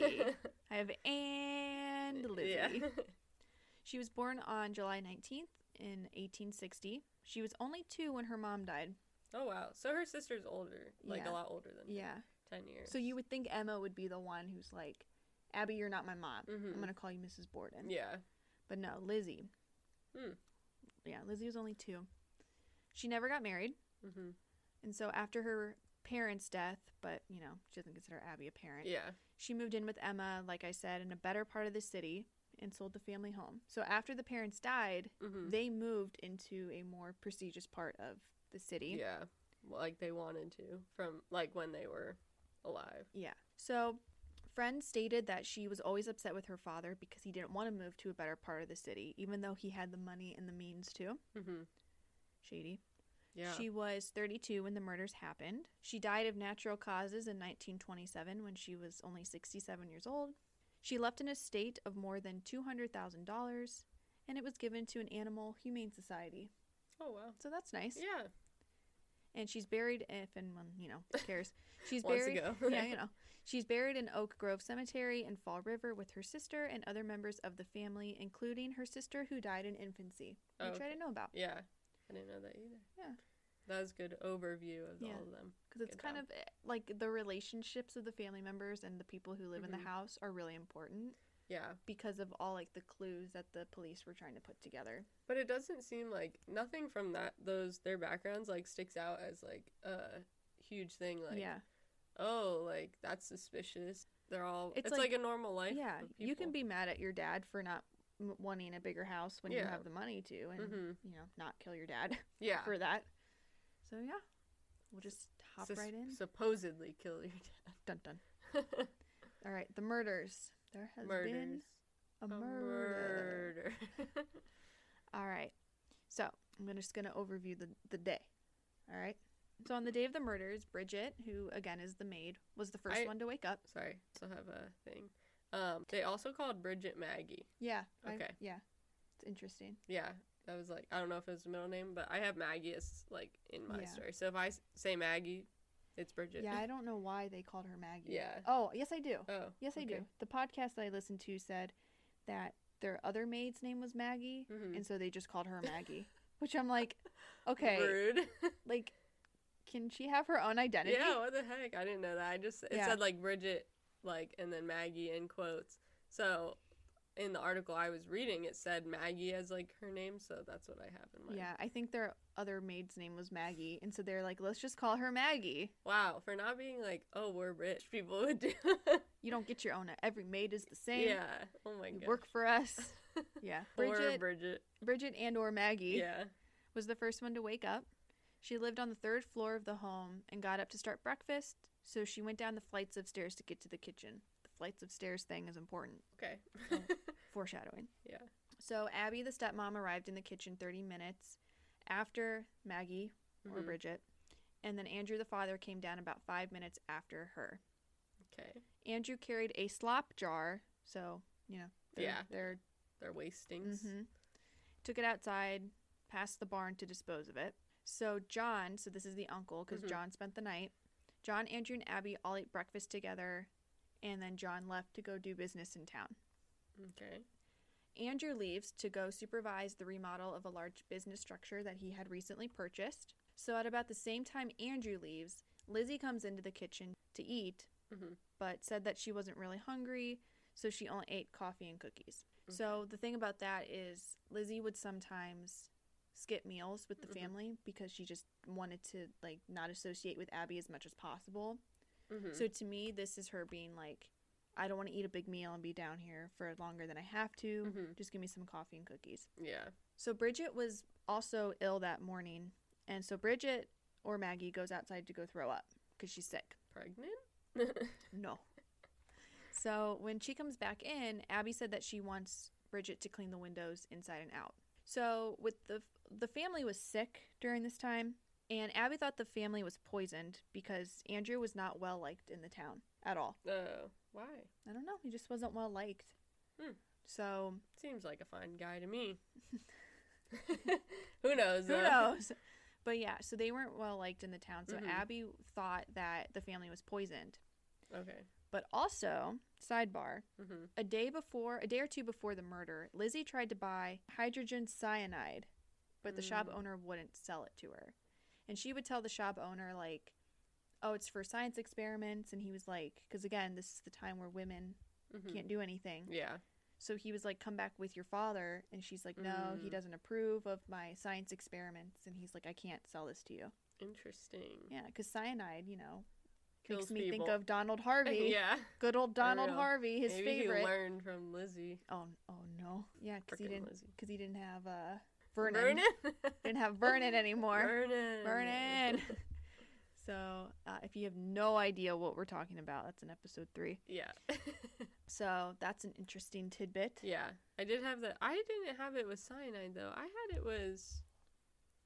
S2: i have and lizzie She was born on July 19th in 1860. She was only two when her mom died.
S1: Oh wow. So her sister's older, like
S2: Yeah.
S1: a lot older than her.
S2: Yeah.
S1: ten years.
S2: So you would think Emma would be the one who's like, Abby, you're not my mom. I'm
S1: Mhm.
S2: going to call you Mrs. Borden.
S1: Yeah.
S2: But no, Lizzie.
S1: Hmm.
S2: Yeah, Lizzie was only two. She never got married.
S1: Mm-hmm.
S2: And so after her parents' death, but you know, she doesn't consider Abby a parent,
S1: Yeah.
S2: she moved in with Emma, like I said, in a better part of the city and sold the family home. So after the parents died,
S1: Mm-hmm.
S2: they moved into a more prestigious part of the city.
S1: Yeah. Well, like they wanted to from like when they were alive.
S2: Yeah. So, friends stated that she was always upset with her father because he didn't want to move to a better part of the city, even though he had the money and the means to.
S1: Mm-hmm.
S2: Shady.
S1: Yeah.
S2: She was 32 when the murders happened. She died of natural causes in 1927 when she was only 67 years old. She left an estate of more than $200,000 and it was given to an animal humane society.
S1: oh wow.
S2: So that's nice.
S1: Yeah.
S2: And she's buried if and when, you know, cares. She's
S1: Wants
S2: buried
S1: to go.
S2: yeah, you know. She's buried in Oak Grove Cemetery in Fall River with her sister and other members of the family, including her sister who died in infancy, which
S1: Oh,
S2: I
S1: okay.
S2: didn't know about.
S1: Yeah. I didn't know that either.
S2: Yeah.
S1: that was good overview of
S2: Yeah.
S1: all of them.
S2: because it's
S1: Good
S2: kind
S1: job.
S2: of eh, like the relationships of the family members and the people who live in
S1: Mhm.
S2: the house are really important
S1: Yeah,
S2: because of all like the clues that the police were trying to put together.
S1: but it doesn't seem like nothing from that those their backgrounds like sticks out as like a huge thing. Like
S2: yeah,
S1: oh, like that's suspicious. They're all
S2: It's
S1: it's,
S2: like-
S1: like, a normal life.
S2: yeah.
S1: of
S2: You can
S1: people.
S2: be mad at your dad for not m- wanting a bigger house when you
S1: Yeah.
S2: have the money to, and
S1: Mhm.
S2: you know, not kill your dad
S1: yeah.
S2: for that. So yeah, we'll just hop
S1: Sus-
S2: right in.
S1: Supposedly kill your
S2: dun dun.
S1: dad.
S2: All right, the murders. There has
S1: Murders.
S2: been a,
S1: A
S2: murder.
S1: murder.
S2: All right. So I'm gonna- just going to overview the, the day. All right. So on the day of the murders, Bridget, who again is the maid, was the first
S1: I-
S2: one to wake up.
S1: Sorry, still have a thing. Um, they also called Bridget Maggie.
S2: Yeah. I-
S1: Okay.
S2: yeah. It's interesting.
S1: Yeah, that was like I don't know if it was the middle name, but I have Maggie as like in my
S2: Yeah.
S1: story. So if I s- say Maggie, it's Bridget.
S2: Yeah, I don't know why they called her Maggie.
S1: Yeah.
S2: Oh, yes, I do.
S1: oh.
S2: Yes, I do. The podcast that I listened to said that their other maid's name was Maggie,
S1: hmm
S2: and so they just called her Maggie, which I'm like, okay,
S1: Rude.
S2: like, can she have her own identity?
S1: yeah. What the heck? I didn't know that. I just it
S2: Yeah.
S1: said like Bridget, like and then Maggie in quotes. So in the article I was reading, it said Maggie as like her name. So that's what I have in mind.
S2: Yeah, I think their other maid's name was Maggie, and so they're like, let's just call her Maggie.
S1: Wow, for not being like, oh, we're rich, people would do.
S2: You don't get your own. Every maid is the same.
S1: yeah. Oh my
S2: You
S1: god.
S2: work for us. Yeah.
S1: Bridget.
S2: Bridget,
S1: Bridget.
S2: Bridget and or Maggie
S1: Yeah.
S2: was the first one to wake up. She lived on the third floor of the home and got up to start breakfast, so she went down the flights of stairs to get to the kitchen. The flights of stairs thing is important.
S1: Okay.
S2: Oh, Foreshadowing.
S1: Yeah.
S2: So Abby, the stepmom, arrived in the kitchen 30 minutes after Maggie or
S1: Mhm.
S2: Bridget, and then Andrew, the father, came down about five minutes after her.
S1: Okay.
S2: Andrew carried a slop jar, so you know, they're,
S1: Yeah.
S2: they're
S1: Their waist stinks.
S2: hmm Took it outside, past the barn to dispose of it. So John, so this is the uncle, because
S1: Mhm.
S2: John spent the night. John, Andrew, and Abby all ate breakfast together, and then John left to go do business in town. Mm-hmm.
S1: Okay.
S2: Andrew leaves to go supervise the remodel of a large business structure that he had recently purchased. So at about the same time Andrew leaves, Lizzie comes into the kitchen to eat,
S1: Mhm.
S2: but said that she wasn't really hungry, so she only ate coffee and cookies. So the thing about that is Lizzie would sometimes skip meals with the
S1: Mhm.
S2: family because she just wanted to like not associate with Abby as much as possible.
S1: Mhm.
S2: So to me this is her being like I don't want to eat a big meal and be down here for longer than I have to.
S1: Mhm.
S2: Just give me some coffee and cookies.
S1: Yeah.
S2: So Bridget was also ill that morning. And so Bridget or Maggie goes outside to go throw up because she's sick.
S1: Pregnant?
S2: No. so when she comes back in, Abby said that she wants Bridget to clean the windows inside and out. So with the the family was sick during this time, and Abby thought the family was poisoned because Andrew was not well liked in the town at all.
S1: Oh, why?
S2: I don't know, he just wasn't well liked.
S1: Hmm.
S2: So
S1: Seems like a fine guy to me. Who knows?
S2: Who
S1: though?
S2: knows? But yeah, so they weren't well liked in the town. So
S1: Mhm.
S2: Abby thought that the family was poisoned.
S1: Okay.
S2: But also, sidebar,
S1: hmm
S2: a day before, a day or two before the murder, Lizzie tried to buy hydrogen cyanide, but the shop
S1: Mm.
S2: owner wouldn't sell it to her. And she would tell the shop owner, like, oh, it's for science experiments. And he was like, because again, this is the time where women
S1: hmm
S2: can't do anything.
S1: Yeah.
S2: So he was like, come back with your father. And she's like, no, he
S1: Mm.
S2: doesn't approve of my science experiments. And he's like, I can't sell this to you.
S1: Interesting.
S2: Yeah, because cyanide, you know,
S1: Kills
S2: makes me think
S1: people.
S2: of Donald Harvey.
S1: yeah.
S2: Good old Donald
S1: real.
S2: Harvey, his
S1: Maybe
S2: favorite.
S1: he learned from Lizzie.
S2: oh, oh no. Yeah, because he
S1: Frickin'
S2: didn't,
S1: Lizzie.
S2: because he didn't have uh, Vernon. Didn't have Vernon anymore.
S1: Vernon.
S2: Vernon. so, uh, if you have no idea what we're talking about, that's in episode three.
S1: yeah.
S2: So that's an interesting tidbit.
S1: Yeah. I did have that. I didn't have it with cyanide though. I had it was.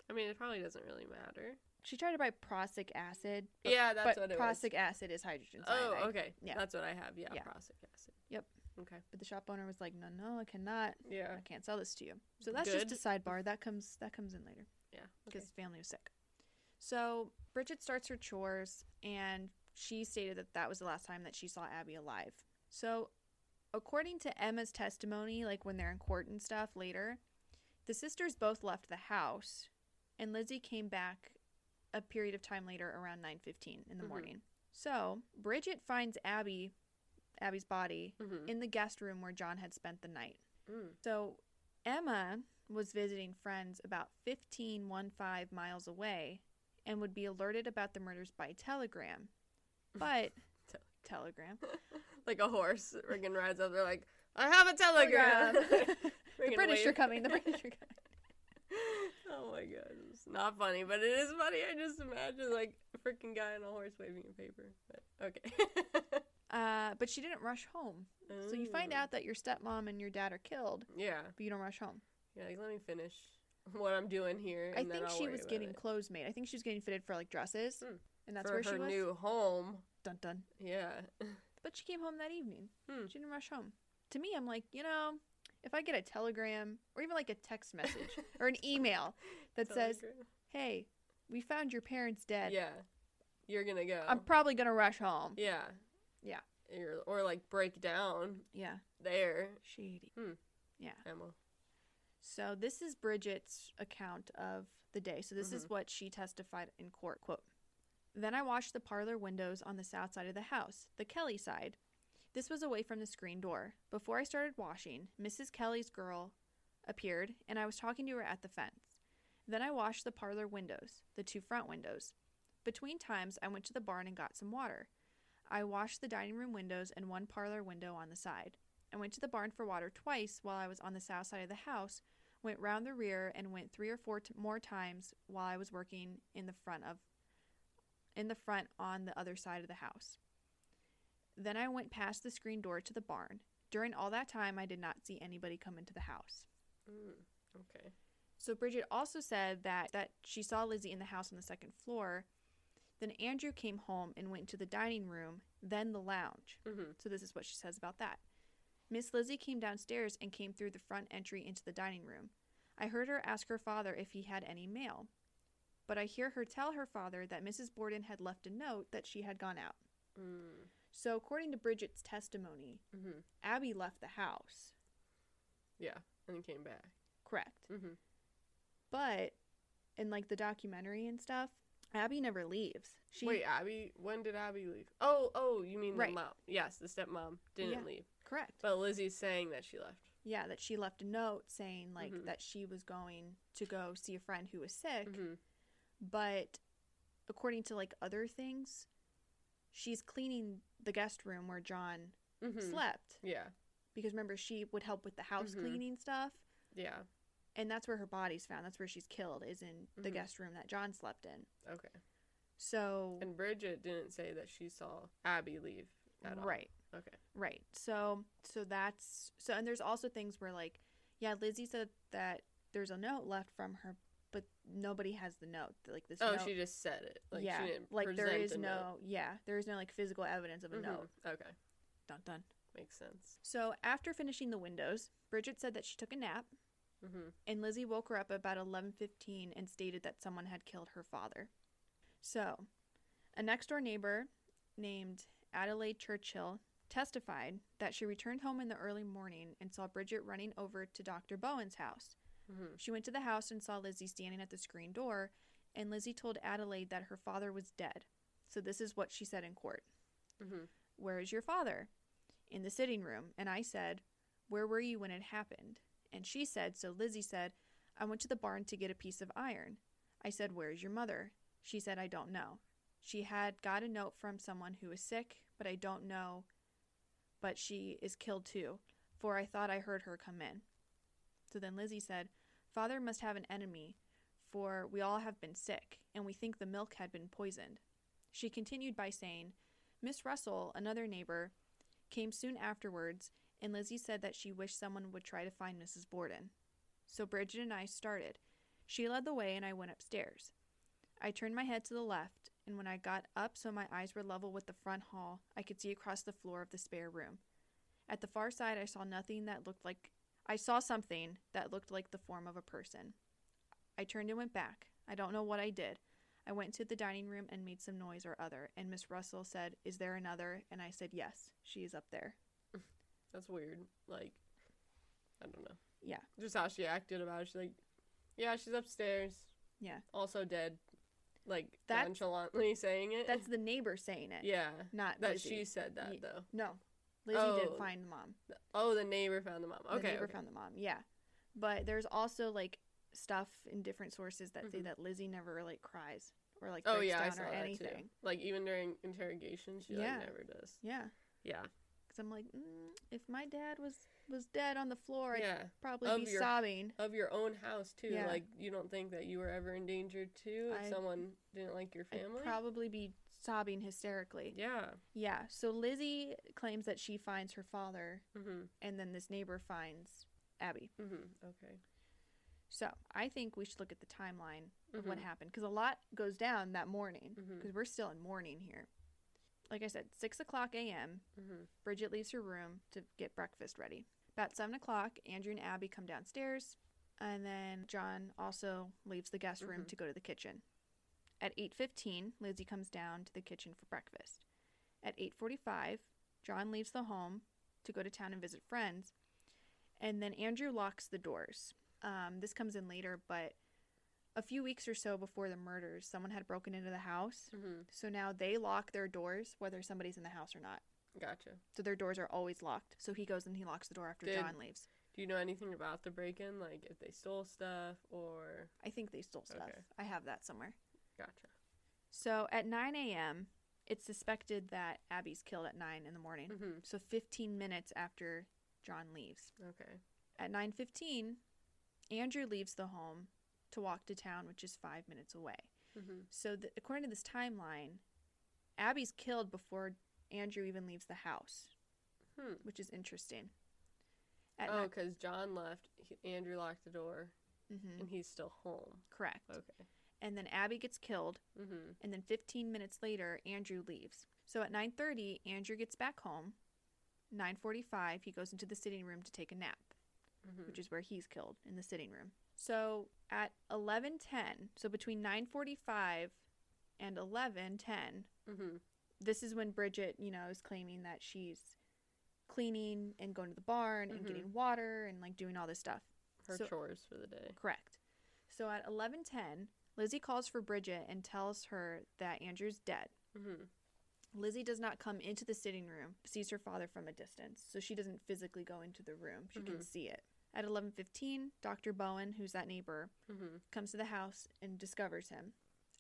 S1: I mean, it probably doesn't really matter.
S2: She tried to buy prussic acid. But,
S1: yeah, that's
S2: but
S1: what it was.
S2: prussic acid is hydrogen cyanide.
S1: Oh, okay.
S2: Yeah.
S1: That's what I have. Yeah,
S2: Yeah.
S1: prussic acid.
S2: Yep.
S1: Okay.
S2: But the shop owner was like, "No, no, I cannot.
S1: Yeah.
S2: I can't sell this to you." So that's just a sidebar. That comes that comes in later.
S1: Yeah. Okay.
S2: because family was sick. So Bridget starts her chores, and she stated that that was the last time that she saw Abby alive. So, according to Emma's testimony, like when they're in court and stuff later, the sisters both left the house, and Lizzie came back a period of time later around 9:15 in the
S1: Mhm.
S2: morning. So, Bridget finds Abby Abby's body
S1: Mm-hmm.
S2: in the guest room where John had spent the night.
S1: Mm.
S2: So, Emma was visiting friends about 1515 miles away and would be alerted about the murders by telegram. But
S1: Tele-
S2: telegram.
S1: Like a horse, Reagan rides up. They're like, I have
S2: Oh,
S1: a telegram.
S2: the
S1: Reagan
S2: British are
S1: waved.
S2: coming. The British are coming.
S1: oh my god, it's not funny, but it is funny. I just imagine like a freaking guy on a horse waving a paper. But okay.
S2: Uh, but she didn't rush home. So you find
S1: Ooh.
S2: out that your stepmom and your dad are killed,
S1: Yeah,
S2: but you don't rush home.
S1: yeah. Like, let me finish what I'm doing here.
S2: I
S1: and then
S2: think
S1: I'll
S2: she
S1: worry
S2: was
S1: about
S2: getting
S1: it.
S2: clothes made. I think she was getting fitted for like dresses,
S1: Hmm.
S2: and that's
S1: For
S2: where
S1: her
S2: she was.
S1: new home.
S2: Dun dun.
S1: Yeah.
S2: But she came home that evening.
S1: Hmm.
S2: She didn't rush home. To me, I'm like, you know, if I get a telegram or even like a text message or an email that says,
S1: Telegram.
S2: "Hey, we found your parents dead,"
S1: yeah, you're gonna go.
S2: I'm probably gonna rush home.
S1: yeah.
S2: Yeah.
S1: You're, or like break down
S2: Yeah,
S1: there,
S2: shady.
S1: Emma.
S2: So this is Bridget's account of the day. So this is what she testified in court. Quote Then I watched the parlor windows on the south side of the house, the Kelly side. This was away from the screen door. Before I started washing, Mrs. Kelly's girl appeared and I was talking to her at the fence. Then I washed the parlor windows, the two front windows. Between times I went to the barn and got some water. I washed the dining room windows and one parlor window on the side. I went to the barn for water twice while I was on the south side of the house, went round the rear and went three or four t- more times while I was working in the front of in the front on the other side of the house. Then I went past the screen door to the barn. During all that time I did not see anybody come into the house.
S1: Mm, okay.
S2: So Bridget also said that that she saw Lizzie in the house on the second floor. Then Andrew came home and went to the dining room, then the lounge.
S1: Mm-hmm.
S2: So this is what she says about that. Miss Lizzie came downstairs and came through the front entry into the dining room. I heard her ask her father if he had any mail, but I hear her tell her father that Mrs. Borden had left a note that she had gone out.
S1: Mm-hmm.
S2: So according to Bridget's testimony, Abby left the house.
S1: Yeah, and he came back.
S2: Correct.
S1: Mm-hmm.
S2: But in like the documentary and stuff, Abby never leaves. She
S1: Wait, Abby. When did Abby leave? Oh, oh, you mean
S2: Right.
S1: the mom? Yes, the stepmom didn't
S2: Yeah.
S1: leave,
S2: correct.
S1: but Lizzie's saying that she left.
S2: yeah, that she left a note saying like
S1: Mhm.
S2: that she was going to go see a friend who was sick.
S1: Mm-hmm.
S2: but according to like other things she's cleaning the guest room where john
S1: Mm-hmm.
S2: slept
S1: Yeah,
S2: because remember she would help with the house
S1: Mhm.
S2: cleaning stuff
S1: yeah.
S2: and that's where her body's found that's where she's killed is in the
S1: Mhm.
S2: guest room that john slept in
S1: Okay.
S2: so
S1: And Bridget didn't say that she saw Abby leave at all.
S2: right
S1: Okay.
S2: right so so that's so and there's also things where like yeah lizzie said that there's a note left from her but nobody has the note like this
S1: Oh,
S2: note
S1: she just said it. Like,
S2: yeah
S1: She didn't
S2: like there
S1: present
S2: is
S1: a
S2: no
S1: note.
S2: yeah there is no like physical evidence of a
S1: Mhm.
S2: note
S1: Okay,
S2: dun dun
S1: makes sense.
S2: So after finishing the windows, Bridget said that she took a nap,
S1: Mm-hmm.
S2: and Lizzie woke her up about 11:15 and stated that someone had killed her father. So, a next-door neighbor named Adelaide Churchill testified that she returned home in the early morning and saw Bridget running over to Dr. Bowen's house.
S1: Mm-hmm.
S2: She went to the house and saw Lizzie standing at the screen door, and Lizzie told Adelaide that her father was dead. So this is what she said in court.
S1: Mm-hmm.
S2: Where is your father? In the sitting room. And I said, Where were you when it happened? And she said, So Lizzie said, I went to the barn to get a piece of iron. I said, Where is your mother? She said, I don't know. She had got a note from someone who is sick, but I don't know. But she is killed too, for I thought I heard her come in. So then Lizzie said, Father must have an enemy, for we all have been sick, and we think the milk had been poisoned. She continued by saying, Miss Russell, another neighbor, came soon afterwards, and Lizzie said that she wished someone would try to find Mrs. Borden. So Bridget and I started. She led the way, and I went upstairs. I turned my head to the left, and when I got up so my eyes were level with the front hall, I could see across the floor of the spare room. At the far side, I saw nothing that looked like I saw something that looked like the form of a person. I turned and went back. I don't know what I did. I went to the dining room and made some noise or other, and Miss Russell said, Is there another? And I said, Yes, she is up there.
S1: That's weird. Like, I don't know.
S2: Yeah.
S1: Just how she acted about it. She's like, yeah, she's upstairs.
S2: Yeah.
S1: Also dead. like
S2: That's-
S1: nonchalantly saying it.
S2: That's the neighbor saying it.
S1: yeah.
S2: Not
S1: That
S2: Lizzie.
S1: she said that
S2: Ye-
S1: though.
S2: No, Lizzie did
S1: Oh.
S2: find the mom.
S1: Oh, the neighbor found the mom.
S2: the
S1: Okay.
S2: neighbor
S1: okay.
S2: found the mom. Yeah, but there's also like stuff in different sources that say
S1: Mhm.
S2: that Lizzie never like cries or like breaks
S1: Oh yeah, I
S2: down
S1: saw
S2: or
S1: that
S2: anything.
S1: too. Like even during interrogation, she
S2: Yeah.
S1: like never does.
S2: Yeah,
S1: Yeah.
S2: because I'm like, mm, if my dad was was dead on the floor, I'd
S1: Yeah.
S2: probably
S1: Of
S2: be
S1: your-
S2: sobbing.
S1: Of your own house too.
S2: Yeah.
S1: Like you don't think that you were ever endangered too if
S2: I-
S1: someone didn't like your family.
S2: I'd probably be sobbing hysterically.
S1: yeah.
S2: Yeah. So Lizzie claims that she finds her father,
S1: Mhm.
S2: and then this neighbor finds Abby.
S1: Mhm. Okay.
S2: So I think we should look at the timeline of what
S1: Mhm.
S2: happened because a lot goes down that morning
S1: Mhm.
S2: because we're still in mourning here. Like I said, six o'clock a.m.
S1: Mhm.
S2: Bridget leaves her room to get breakfast ready. About seven o'clock, Andrew and Abby come downstairs, and then John also leaves the guest room
S1: Mhm.
S2: to go to the kitchen. At eight fifteen, Lizzie comes down to the kitchen for breakfast. At eight forty-five, John leaves the home to go to town and visit friends, and then Andrew locks the doors. Um, this comes in later, but a few weeks or so before the murders, someone had broken into the house,
S1: Mhm.
S2: so now they lock their doors whether somebody's in the house or not.
S1: Gotcha.
S2: So their doors are always locked. So he goes and he locks the door after
S1: Did-
S2: John leaves.
S1: Do you know anything about the break-in? Like if they stole stuff or
S2: I think they stole stuff.
S1: Okay.
S2: I have that somewhere.
S1: gotcha.
S2: So at 9 a.m., it's suspected that Abby's killed at 9 in the morning.
S1: Mhm.
S2: So 15 minutes after John leaves.
S1: Okay.
S2: At 9:15, Andrew leaves the home to walk to town, which is 5 minutes away.
S1: Mhm.
S2: So th according to this timeline, Abby's killed before Andrew even leaves the house,
S1: Hmm.
S2: which is interesting. At
S1: Oh, because John left, he- Andrew locked the door,
S2: ni- Mhm,
S1: and he's still home.
S2: correct.
S1: Okay.
S2: And then Abby gets killed
S1: Mm-hmm.
S2: and then 15 minutes later andrew leaves so at 9.30 andrew gets back home 9.45 he goes into the sitting room to take a nap
S1: Mm-hmm.
S2: which is where he's killed in the sitting room so at 11.10 so between 9.45 and 11.10
S1: Mm-hmm.
S2: this is when bridget you know is claiming that she's cleaning and going to the barn and
S1: Mhm.
S2: getting water and like doing all this stuff
S1: Her
S2: So-
S1: chores for the day.
S2: Correct. So at 11:10, Lizzie calls for Bridget and tells her that Andrew's dead.
S1: Mm-hmm.
S2: Lizzie does not come into the sitting room, sees her father from a distance, so she doesn't physically go into the room. She can
S1: Mhm.
S2: see it. At 11:15, Dr. Bowen, who's that neighbor,
S1: Mm-hmm.
S2: comes to the house and discovers him.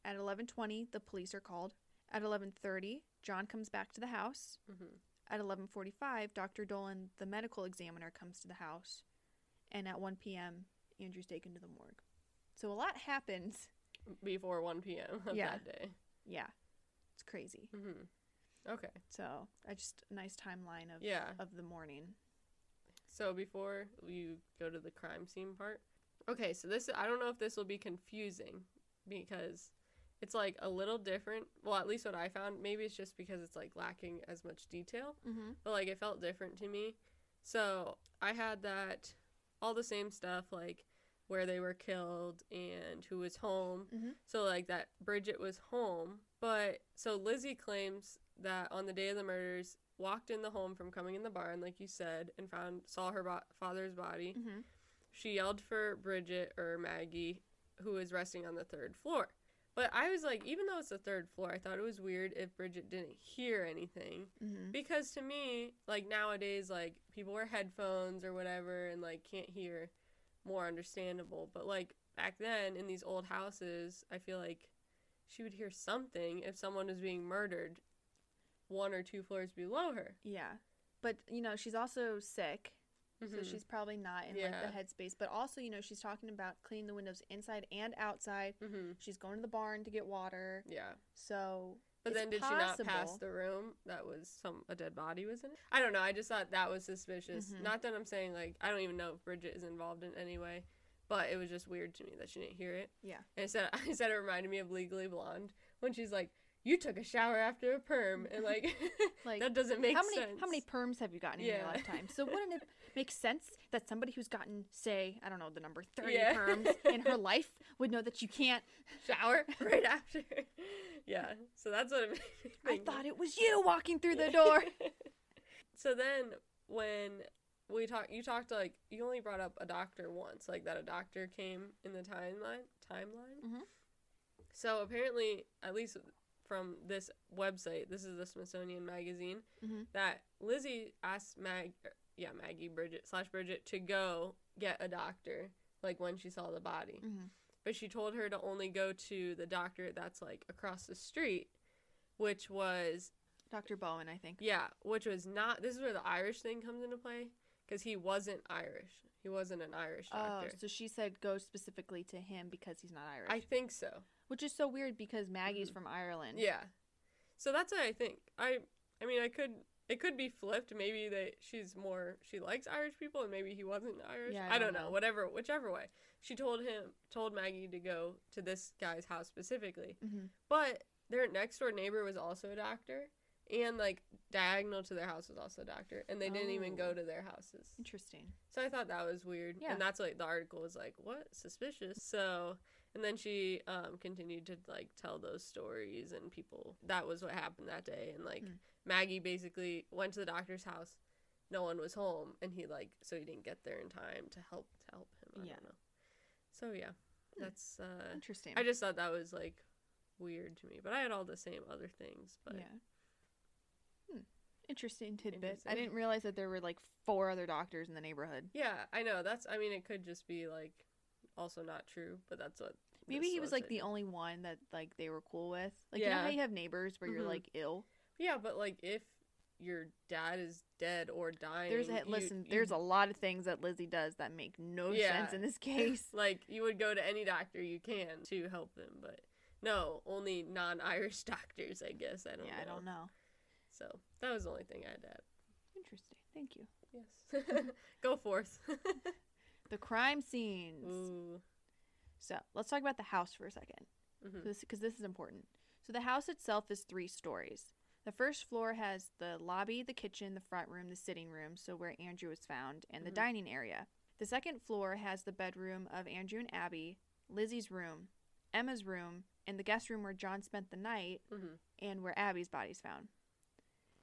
S2: At 11:20, the police are called. At 11:30, John comes back to the house.
S1: Mm-hmm.
S2: At 11:45, Dr. Dolan, the medical examiner, comes to the house, and at 1 p.m., Andrew's taken to the morgue. So a lot happens.
S1: Before 1 p.m. of
S2: Yeah.
S1: that day.
S2: Yeah, it's crazy.
S1: Mm-hmm. Okay.
S2: So I just a nice timeline of
S1: Yeah.
S2: of the morning.
S1: So before you go to the crime scene part, okay. So this I don't know if this will be confusing because it's like a little different. Well, at least what I found. Maybe it's just because it's like lacking as much detail.
S2: Mm-hmm.
S1: but like it felt different to me. So I had that all the same stuff like where they were killed and who was home.
S2: Mhm.
S1: So like that Bridget was home, but so Lizzie claims that on the day of the murders walked in the home from coming in the barn like you said and found saw her bo- father's body.
S2: Mm-hmm.
S1: She yelled for Bridget or Maggie, who was resting on the third floor. But I was like, even though it's the third floor, I thought it was weird if Bridget didn't hear anything
S2: Mm-hmm.
S1: because to me, like nowadays, like people wear headphones or whatever and like can't hear, more understandable. But like back then in these old houses, I feel like she would hear something if someone was being murdered one or two floors below her.
S2: Yeah, but you know she's also sick, so
S1: Mhm.
S2: she's probably not in
S1: Yeah.
S2: like the headspace. But also, you know, she's talking about cleaning the windows inside and outside.
S1: Mhm.
S2: She's going to the barn to get water.
S1: Yeah.
S2: So,
S1: But
S2: it's
S1: then did she not pass
S2: possible.
S1: the room that was some a dead body was in it? I don't know. I just thought that was suspicious.
S2: Mhm.
S1: Not that I'm saying like I don't even know if Bridget is involved in any way, but it was just weird to me that she didn't hear it.
S2: Yeah.
S1: And I said I said it reminded me of Legally Blonde when she's like, "You took a shower after a perm," and like,
S2: Like,
S1: that doesn't make
S2: how many
S1: sense.
S2: how many perms have you gotten in your
S1: Yeah.
S2: lifetime? So wouldn't it make sense that somebody who's gotten, say, I don't know, the number thirty
S1: Yeah.
S2: perms in her life would know that you can't?
S1: shower right after? yeah. So that's what it made me
S2: I
S1: think of.
S2: thought it was you walking through the door.
S1: so then when we talk you talked like you only brought up a doctor once like that a doctor came in the timeline timeline
S2: Mhm.
S1: So apparently, at least from this website, this is the Smithsonian Magazine,
S2: Mhm.
S1: that Lizzie asked Mag, er, yeah Maggie Bridget slash Bridget to go get a doctor like when she saw the body,
S2: Mhm.
S1: but she told her to only go to the doctor that's like across the street, which was
S2: Dr. Bowen, I think.
S1: yeah, which was not. This is where the Irish thing comes into play because he wasn't Irish. He wasn't an Irish
S2: Oh,
S1: doctor.
S2: so she said go specifically to him because he's not Irish.
S1: I think so.
S2: Which is so weird because Maggie's from Ireland.
S1: Mm. Yeah. So that's what I think. I I mean I could it could be flipped. Maybe that she's more she likes Irish people and maybe he wasn't Irish.
S2: Yeah,
S1: I, don't know. Whatever whichever way. She told him told Maggie to go to this guy's house specifically.
S2: Mhm.
S1: But their next door neighbor was also a doctor. And like diagonal to their house was also a doctor. And they didn't even
S2: Oh.
S1: go to their houses.
S2: Interesting.
S1: So I thought that was weird.
S2: Yeah.
S1: And that's like the article was like, what? Suspicious. So, and then she um, continued to like tell those stories and people. That was what happened that day. And like
S2: Hmm.
S1: Maggie basically went to the doctor's house. No one was home. And he like, so he didn't get there in time to help, to help him. I
S2: Yeah.
S1: don't know. So yeah,
S2: Hmm.
S1: that's, uh,
S2: Interesting.
S1: I just thought that was like weird to me. But I had all the same other things. But
S2: yeah. Hmm. Interesting tidbit. I
S1: Interesting.
S2: didn't realize that there were like four other doctors in the neighborhood.
S1: yeah, I know. That's, I mean, it could just be like also not true, but that's what.
S2: Maybe
S1: this
S2: he was like
S1: website
S2: the only one that like they were cool with. Like you know how
S1: Yeah.
S2: you have neighbors where
S1: Mhm.
S2: you're like ill.
S1: Yeah, but like if your dad is dead or dying,
S2: There's a,
S1: you-
S2: listen.
S1: you-
S2: there's a lot of things that Lizzie does that make no
S1: Yeah.
S2: sense in this case.
S1: like you would go to any doctor you can to help them, but no, only non-Irish doctors, I guess. I don't.
S2: yeah,
S1: know.
S2: I don't know.
S1: So that was the only thing I had to add.
S2: Interesting. Thank you.
S1: Yes, go forth.
S2: The crime scenes.
S1: Ooh.
S2: So let's talk about the house for a second,
S1: Mhm.
S2: because this is important. So the house itself is three stories. The first floor has the lobby, the kitchen, the front room, the sitting room, so where Andrew was found, and the
S1: Mhm.
S2: dining area. The second floor has the bedroom of Andrew and Abby, Lizzie's room, Emma's room, and the guest room where John spent the night
S1: Mhm.
S2: and where Abby's body's found.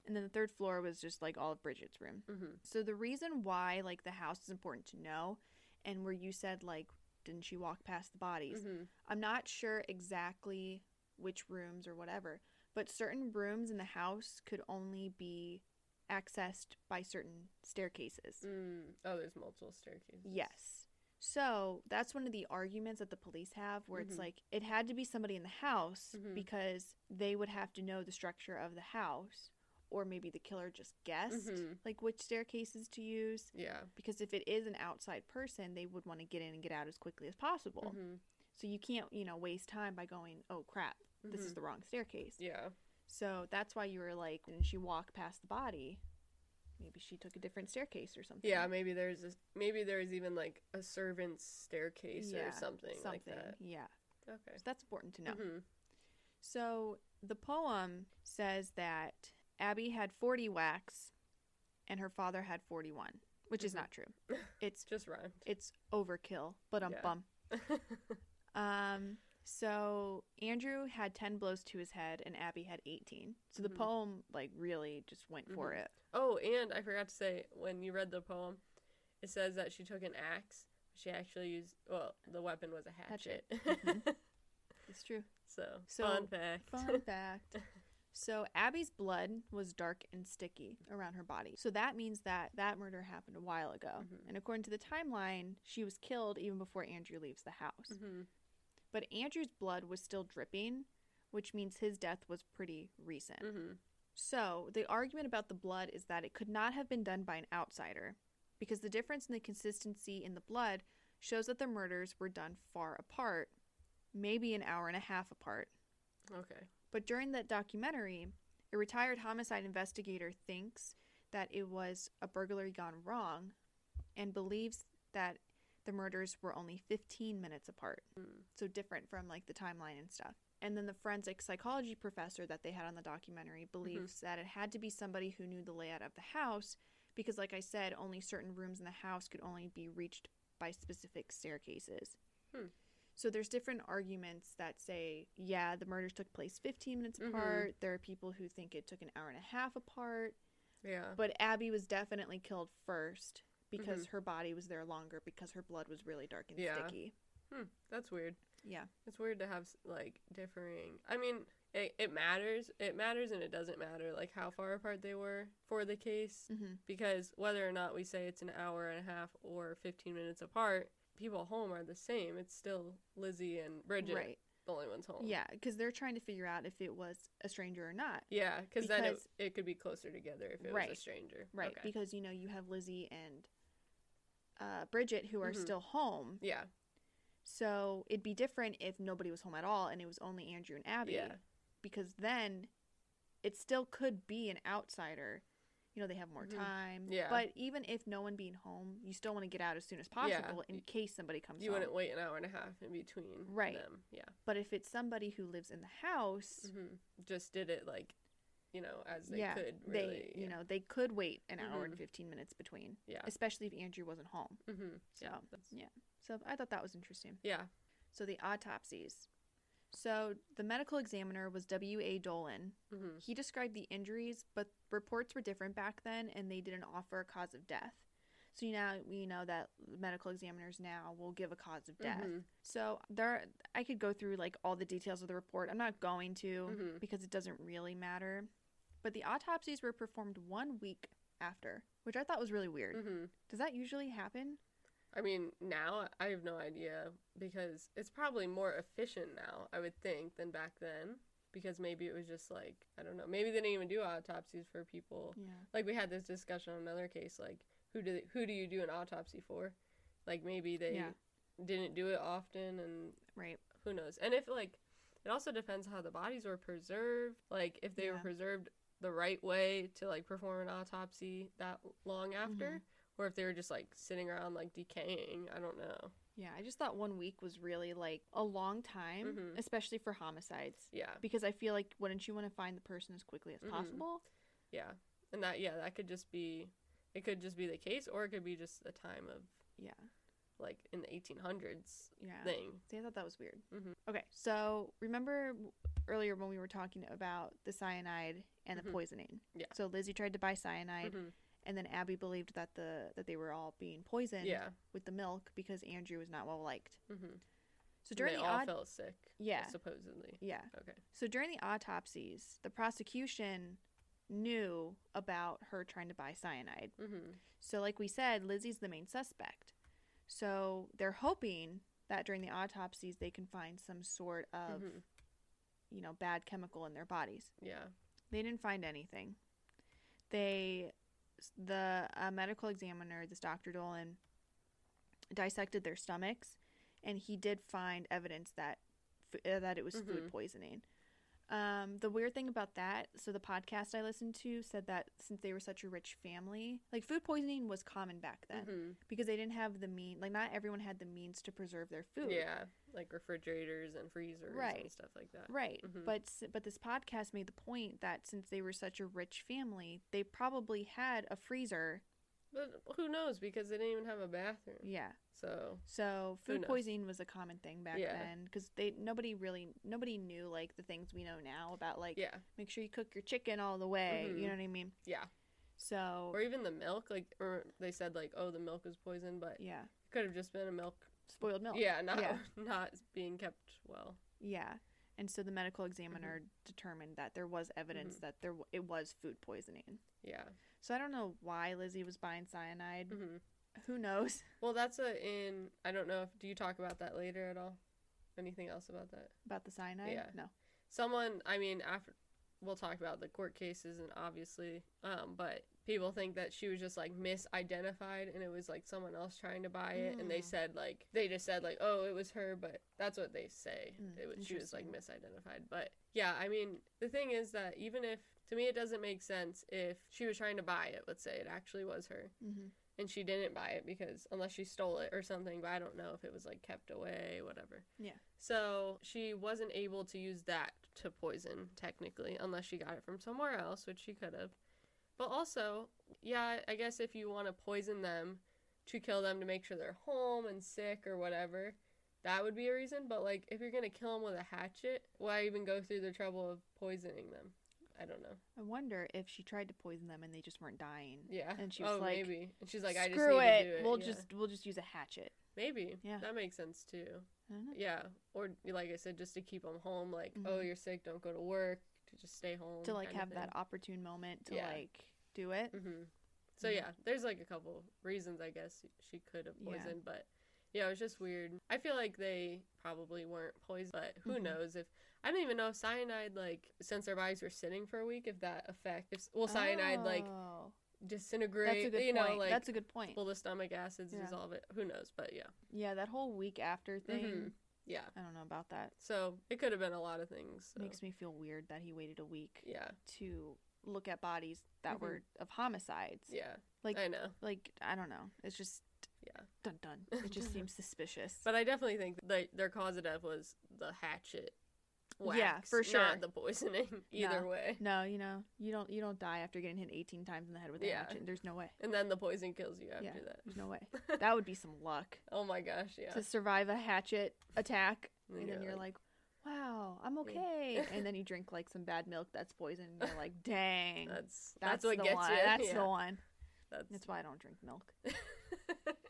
S2: And then the third floor was just like all of Bridget's room.
S1: Mhm.
S2: So the reason why like the house is important to know and where you said like didn't she walk past the bodies?
S1: Mhm.
S2: I'm not sure exactly which rooms or whatever, but certain rooms in the house could only be accessed by certain staircases.
S1: Mm. Oh, there's multiple staircases.
S2: Yes. So that's one of the arguments that the police have where
S1: Mhm.
S2: it's like it had to be somebody in the house
S1: Mhm.
S2: because they would have to know the structure of the house or maybe the killer just guessed
S1: Mhm.
S2: like which staircases to use
S1: Yeah.
S2: because if it is an outside person they would want to get in and get out as quickly as possible.
S1: Mhm.
S2: So you can't, you know, waste time by going, "Oh crap, this is
S1: Mhm.
S2: the wrong staircase."
S1: Yeah.
S2: So that's why you were like and she walked past the body. Maybe she took a different staircase or something.
S1: Yeah. Maybe there's a, maybe there's even like a servant's staircase or something, like that.
S2: Yeah.
S1: Okay.
S2: So that's important to know.
S1: Mhm.
S2: So the poem says that Abby had 40 whacks and her father had 41, which is
S1: Mhm.
S2: not true. It's
S1: Just rhymed.
S2: it's overkill, but um
S1: Yeah.
S2: bum. Um so Andrew had 10 blows to his head and Abby had 18. So the
S1: Mhm.
S2: poem like really just went for it.
S1: oh, and I forgot to say when you read the poem, it says that she took an axe. She actually used well, the weapon was a hatchet.
S2: Hatchet. Mhm. It's true.
S1: so,
S2: So,
S1: fun fact.
S2: Fun fact. So Abby's blood was dark and sticky around her body. So that means that that murder happened a while ago.
S1: Mhm.
S2: And according to the timeline, she was killed even before Andrew leaves the house.
S1: Mhm.
S2: But Andrew's blood was still dripping, which means his death was pretty recent.
S1: Mhm.
S2: So the argument about the blood is that it could not have been done by an outsider because the difference in the consistency in the blood shows that the murders were done far apart, maybe an hour and a half apart.
S1: Okay.
S2: But during that documentary, a retired homicide investigator thinks that it was a burglary gone wrong and believes that the murders were only 15 minutes apart.
S1: Mm.
S2: So different from like the timeline and stuff. And then the forensic psychology professor that they had on the documentary believes that it had to be somebody who knew the layout of the house because like I said, only certain rooms in the house could only be reached by specific staircases.
S1: Hmm.
S2: So there's different arguments that say, yeah, the murders took place 15 minutes
S1: Mhm.
S2: apart. There are people who think it took an hour and a half apart.
S1: Yeah.
S2: But Abby was definitely killed first because her body was there longer because her blood was really dark and
S1: Mm-hmm. Yeah.
S2: sticky.
S1: Hmm, that's weird.
S2: Yeah.
S1: It's weird to have like differing. I mean, it, it matters. It matters and it doesn't matter like how far apart they were for the case
S2: Mm-hmm.
S1: because whether or not we say it's an hour and a half or 15 minutes apart, people home are the same. It's still Lizzie and Bridget,
S2: Right.
S1: the only ones home.
S2: Yeah, because they're trying to figure out if it was a stranger or not.
S1: Yeah, cause then it,
S2: Because-
S1: it could be closer together if it
S2: Right.
S1: was a stranger.
S2: Right.
S1: Okay.
S2: Because, you know, you have Lizzie and uh, Bridget who are
S1: Mhm.
S2: still home.
S1: yeah.
S2: So it'd be different if nobody was home at all and it was only Andrew and Abby.
S1: Yeah.
S2: Because then it still could be an outsider. You know, they have more
S1: Mhm.
S2: time.
S1: Yeah.
S2: But even if no one being home, you still want to get out as soon as
S1: Yeah.
S2: possible in case somebody comes
S1: You
S2: home.
S1: wouldn't wait an hour and a half in between
S2: Right.
S1: them. Yeah.
S2: But if it's somebody who lives in the house,
S1: hmm Just did it like, you know, as they
S2: yeah,
S1: could.
S2: they,
S1: Mm, Really,
S2: you
S1: yeah. Mm-hmm.
S2: know, they could wait an hour and 15 minutes between,
S1: Yeah.
S2: especially if Andrew wasn't home.
S1: Mm-hmm. Yeah.
S2: So,
S1: that's-
S2: yeah. So I thought that was interesting.
S1: Yeah.
S2: So the autopsies. So the medical examiner was W.A. Dolan.
S1: Mm-hmm.
S2: He described the injuries, but reports were different back then and they didn't offer a cause of death. So now we know that medical examiners now will give a cause of death.
S1: Mhm.
S2: So there I could go through like all the details of the report. I'm not going to
S1: Mhm.
S2: because it doesn't really matter. But the autopsies were performed 1 week after, which I thought was really weird.
S1: Mm-hmm.
S2: Does that usually happen?
S1: I mean, now I have no idea because it's probably more efficient now, I would think, than back then. Because maybe it was just like, I don't know, maybe they didn't even do autopsies for people.
S2: Yeah.
S1: Like, we had this discussion on another case, like, who do, who do you do an autopsy for? Like, maybe they
S2: Yeah.
S1: didn't do it often and
S2: Right.
S1: who knows and if like it also depends how the bodies were preserved like if they were
S2: Yeah.
S1: preserved the right way to like perform an autopsy that long
S2: Mm-hmm.
S1: after or if they were just like sitting around like decaying i don't know
S2: Yeah, I just thought one week was really like a long time,
S1: Mhm.
S2: especially for homicides.
S1: yeah
S2: Because I feel like wouldn't you want to find the person as quickly as
S1: Mhm.
S2: possible?
S1: yeah and that yeah that could just be it could just be the case or it could be just the time of
S2: Yeah.
S1: like in the 1800s
S2: Yeah.
S1: thing
S2: See, I thought that was weird.
S1: Mhm.
S2: Okay, so remember w- earlier when we were talking about the cyanide and the
S1: Mhm.
S2: poisoning?
S1: Yeah.
S2: So Lizzie tried to buy cyanide,
S1: Mhm.
S2: and then Abby believed that the that they were all being poisoned
S1: yeah
S2: with the milk because Andrew was not well liked.
S1: mm-hmm.
S2: So during
S1: they
S2: the
S1: all
S2: aut-
S1: felt sick
S2: Yeah.
S1: supposedly
S2: yeah,
S1: okay
S2: So during the autopsies, the prosecution knew about her trying to buy cyanide.
S1: mm-hmm.
S2: So, like we said, Lizzie's the main suspect. So they're hoping that during the autopsies, they can find some sort of,
S1: Mhm.
S2: you know, bad chemical in their bodies.
S1: yeah
S2: They didn't find anything. They, the uh, medical examiner, this Dr. Dolan, dissected their stomachs, and he did find evidence that f- uh, that it was food
S1: Mhm.
S2: poisoning. Um, the weird thing about that, so the podcast I listened to said that since they were such a rich family, like food poisoning was common back then
S1: Mhm.
S2: because they didn't have the mean, like not everyone had the means to preserve their food.
S1: Yeah, like refrigerators and freezers
S2: Right.
S1: and stuff like that.
S2: Right.
S1: Mhm.
S2: But s- but this podcast made the point that since they were such a rich family, they probably had a freezer.
S1: But who knows? Because they didn't even have a bathroom.
S2: Yeah.
S1: So
S2: So
S1: Who
S2: food
S1: knows?
S2: poisoning was a common thing back
S1: Yeah.
S2: then cuz they nobody really nobody knew like the things we know now about like
S1: yeah,
S2: make sure you cook your chicken all the way, you
S1: Mhm.
S2: know what I mean?
S1: yeah.
S2: So
S1: Or even the milk. Like or they said, like oh, the milk was poisoned, but it
S2: yeah,
S1: could have just been a milk.
S2: spoiled milk.
S1: Yeah, not
S2: Yeah.
S1: not being kept well.
S2: Yeah. And so the medical examiner
S1: Mm-hmm.
S2: determined that there was evidence that there w- it was food poisoning.
S1: Yeah.
S2: So I don't know why Lizzie was buying cyanide.
S1: hmm
S2: Who knows?
S1: Well, that's a in. I don't know if do you talk about that later at all. Anything else about that?
S2: About the cyanide?
S1: Yeah.
S2: No.
S1: someone i mean after we'll talk about the court cases and obviously um but people think that she was just like misidentified and it was like someone else trying to buy it and they
S2: Mm.
S1: said like they just said like oh it was her but that's what they say
S2: Mm,
S1: it was she was like
S2: interesting.
S1: misidentified but yeah i mean the thing is that even if to me it doesn't make sense if she was trying to buy it let's say it actually was her
S2: Mm-hmm.
S1: and she didn't buy it because unless she stole it or something, but I don't know if it was like kept away, whatever.
S2: Yeah.
S1: So she wasn't able to use that to poison technically, unless she got it from somewhere else, which she could have. But also, yeah, I guess if you want to poison them to kill them to make sure they're home and sick or whatever, that would be a reason. But like, if you're gonna kill them with a hatchet, why even go through the trouble of poisoning them? I don't know.
S2: I wonder if she tried to poison them and they just weren't dying.
S1: Yeah.
S2: And she was
S1: oh,
S2: like,
S1: maybe. And she's like, I just
S2: Screw
S1: need
S2: it.
S1: to do it.
S2: We'll
S1: yeah.
S2: just we'll just use a hatchet.
S1: Maybe.
S2: Yeah.
S1: That makes sense too.
S2: I don't know.
S1: Yeah. Or like I said, just to keep them home. Like, oh,
S2: Mhm.
S1: you're sick. Don't go to work. To just stay home.
S2: To like have that opportune moment to
S1: Yeah.
S2: like do it.
S1: Mm-hmm. So
S2: Mhm.
S1: yeah, there's like a couple reasons I guess she could have
S2: Yeah.
S1: poisoned, but yeah, it was just weird. I feel like they probably weren't poisoned, but who
S2: Mhm.
S1: knows if I don't even know if cyanide like since their bodies were sitting for a week if that affect if well cyanide like
S2: Oh.
S1: disintegrate
S2: that's a good
S1: you know
S2: point.
S1: like
S2: that's a good point.
S1: will the stomach acids
S2: Yeah.
S1: dissolve it who knows but yeah
S2: Yeah, that whole week after thing.
S1: Mhm. yeah
S2: I don't know about that.
S1: so it could have been a lot of things so.
S2: Makes me feel weird that he waited a week
S1: yeah
S2: to look at bodies that
S1: Mhm.
S2: were of homicides.
S1: yeah
S2: Like-
S1: I know
S2: Like I don't know. It's just
S1: Yeah.
S2: dun dun. It just seems suspicious.
S1: but I definitely think that their cause of death was the hatchet wax
S2: Yeah, for sure.
S1: not the poisoning either
S2: No.
S1: way
S2: no, you know, you don't you don't die after getting hit 18 times in the head with a
S1: Yeah.
S2: hatchet. There's no way.
S1: And then the poison kills you after
S2: Yeah.
S1: that.
S2: There's no way. that would be some luck
S1: Oh my gosh, yeah.
S2: to survive a hatchet attack
S1: And
S2: and then you're like, "Wow, I'm
S1: Yeah.
S2: okay." and then you drink like some bad milk that's poison and you're like, "Dang."
S1: that's
S2: That's,
S1: that's, what
S2: the
S1: gets
S2: one.
S1: you.
S2: That's
S1: yeah.
S2: the one.
S1: That's
S2: That's why I don't drink milk.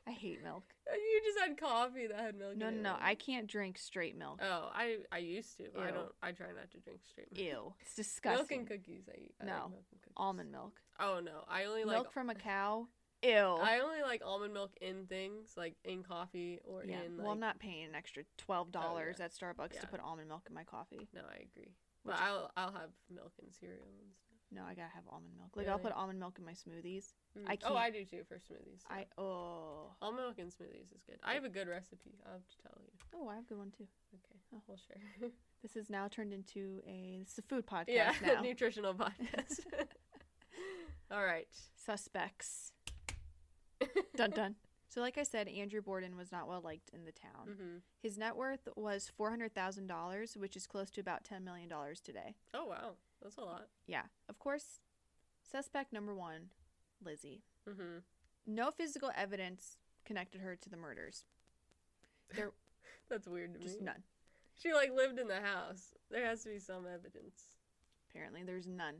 S2: I hate milk.
S1: oh, you just had coffee that had milk.
S2: No,
S1: in
S2: no,
S1: it,
S2: no. I
S1: right?
S2: can't drink straight milk.
S1: Oh, I I used to. but I
S2: Ew.
S1: don't. I try not to drink straight milk.
S2: Ew.
S1: Milk
S2: It's disgusting.
S1: and cookies. I eat. I
S2: No.
S1: Like milk and cookies.
S2: Almond milk.
S1: Oh no, I only like.
S2: milk from a cow. Ew.
S1: I only like almond milk in things like in coffee or
S2: yeah.
S1: in. Like, Oh,
S2: well, I'm not paying an extra twelve dollars at Starbucks
S1: Yeah.
S2: to put almond milk in my coffee.
S1: No, I agree.
S2: Which-
S1: But I'll I'll have milk and cereal and stuff.
S2: No, I gotta have almond milk. Like I'll
S1: Really?
S2: put almond milk in my smoothies.
S1: Mm.
S2: I
S1: Oh,
S2: can't-
S1: I do too for smoothies. yeah.
S2: I oh
S1: almond milk and smoothies is good. I have a good recipe. I'll have to tell you.
S2: oh I have a good one too.
S1: Okay,
S2: Oh.
S1: we'll share.
S2: This is now turned into a this is a food podcast
S1: yeah,
S2: now.
S1: nutritional podcast. All right.
S2: Suspects. dun dun. So like I said, Andrew Borden was not well liked in the town.
S1: hmm
S2: His net worth was four hundred thousand dollars, which is close to about ten million dollars today.
S1: Oh wow, that's a lot.
S2: Yeah, of course. Suspect number one, Lizzie.
S1: hmm
S2: No physical evidence connected her to the murders.
S1: That's weird to
S2: Just
S1: me.
S2: none.
S1: She like lived in the house. There has to be some evidence.
S2: Apparently, there's none.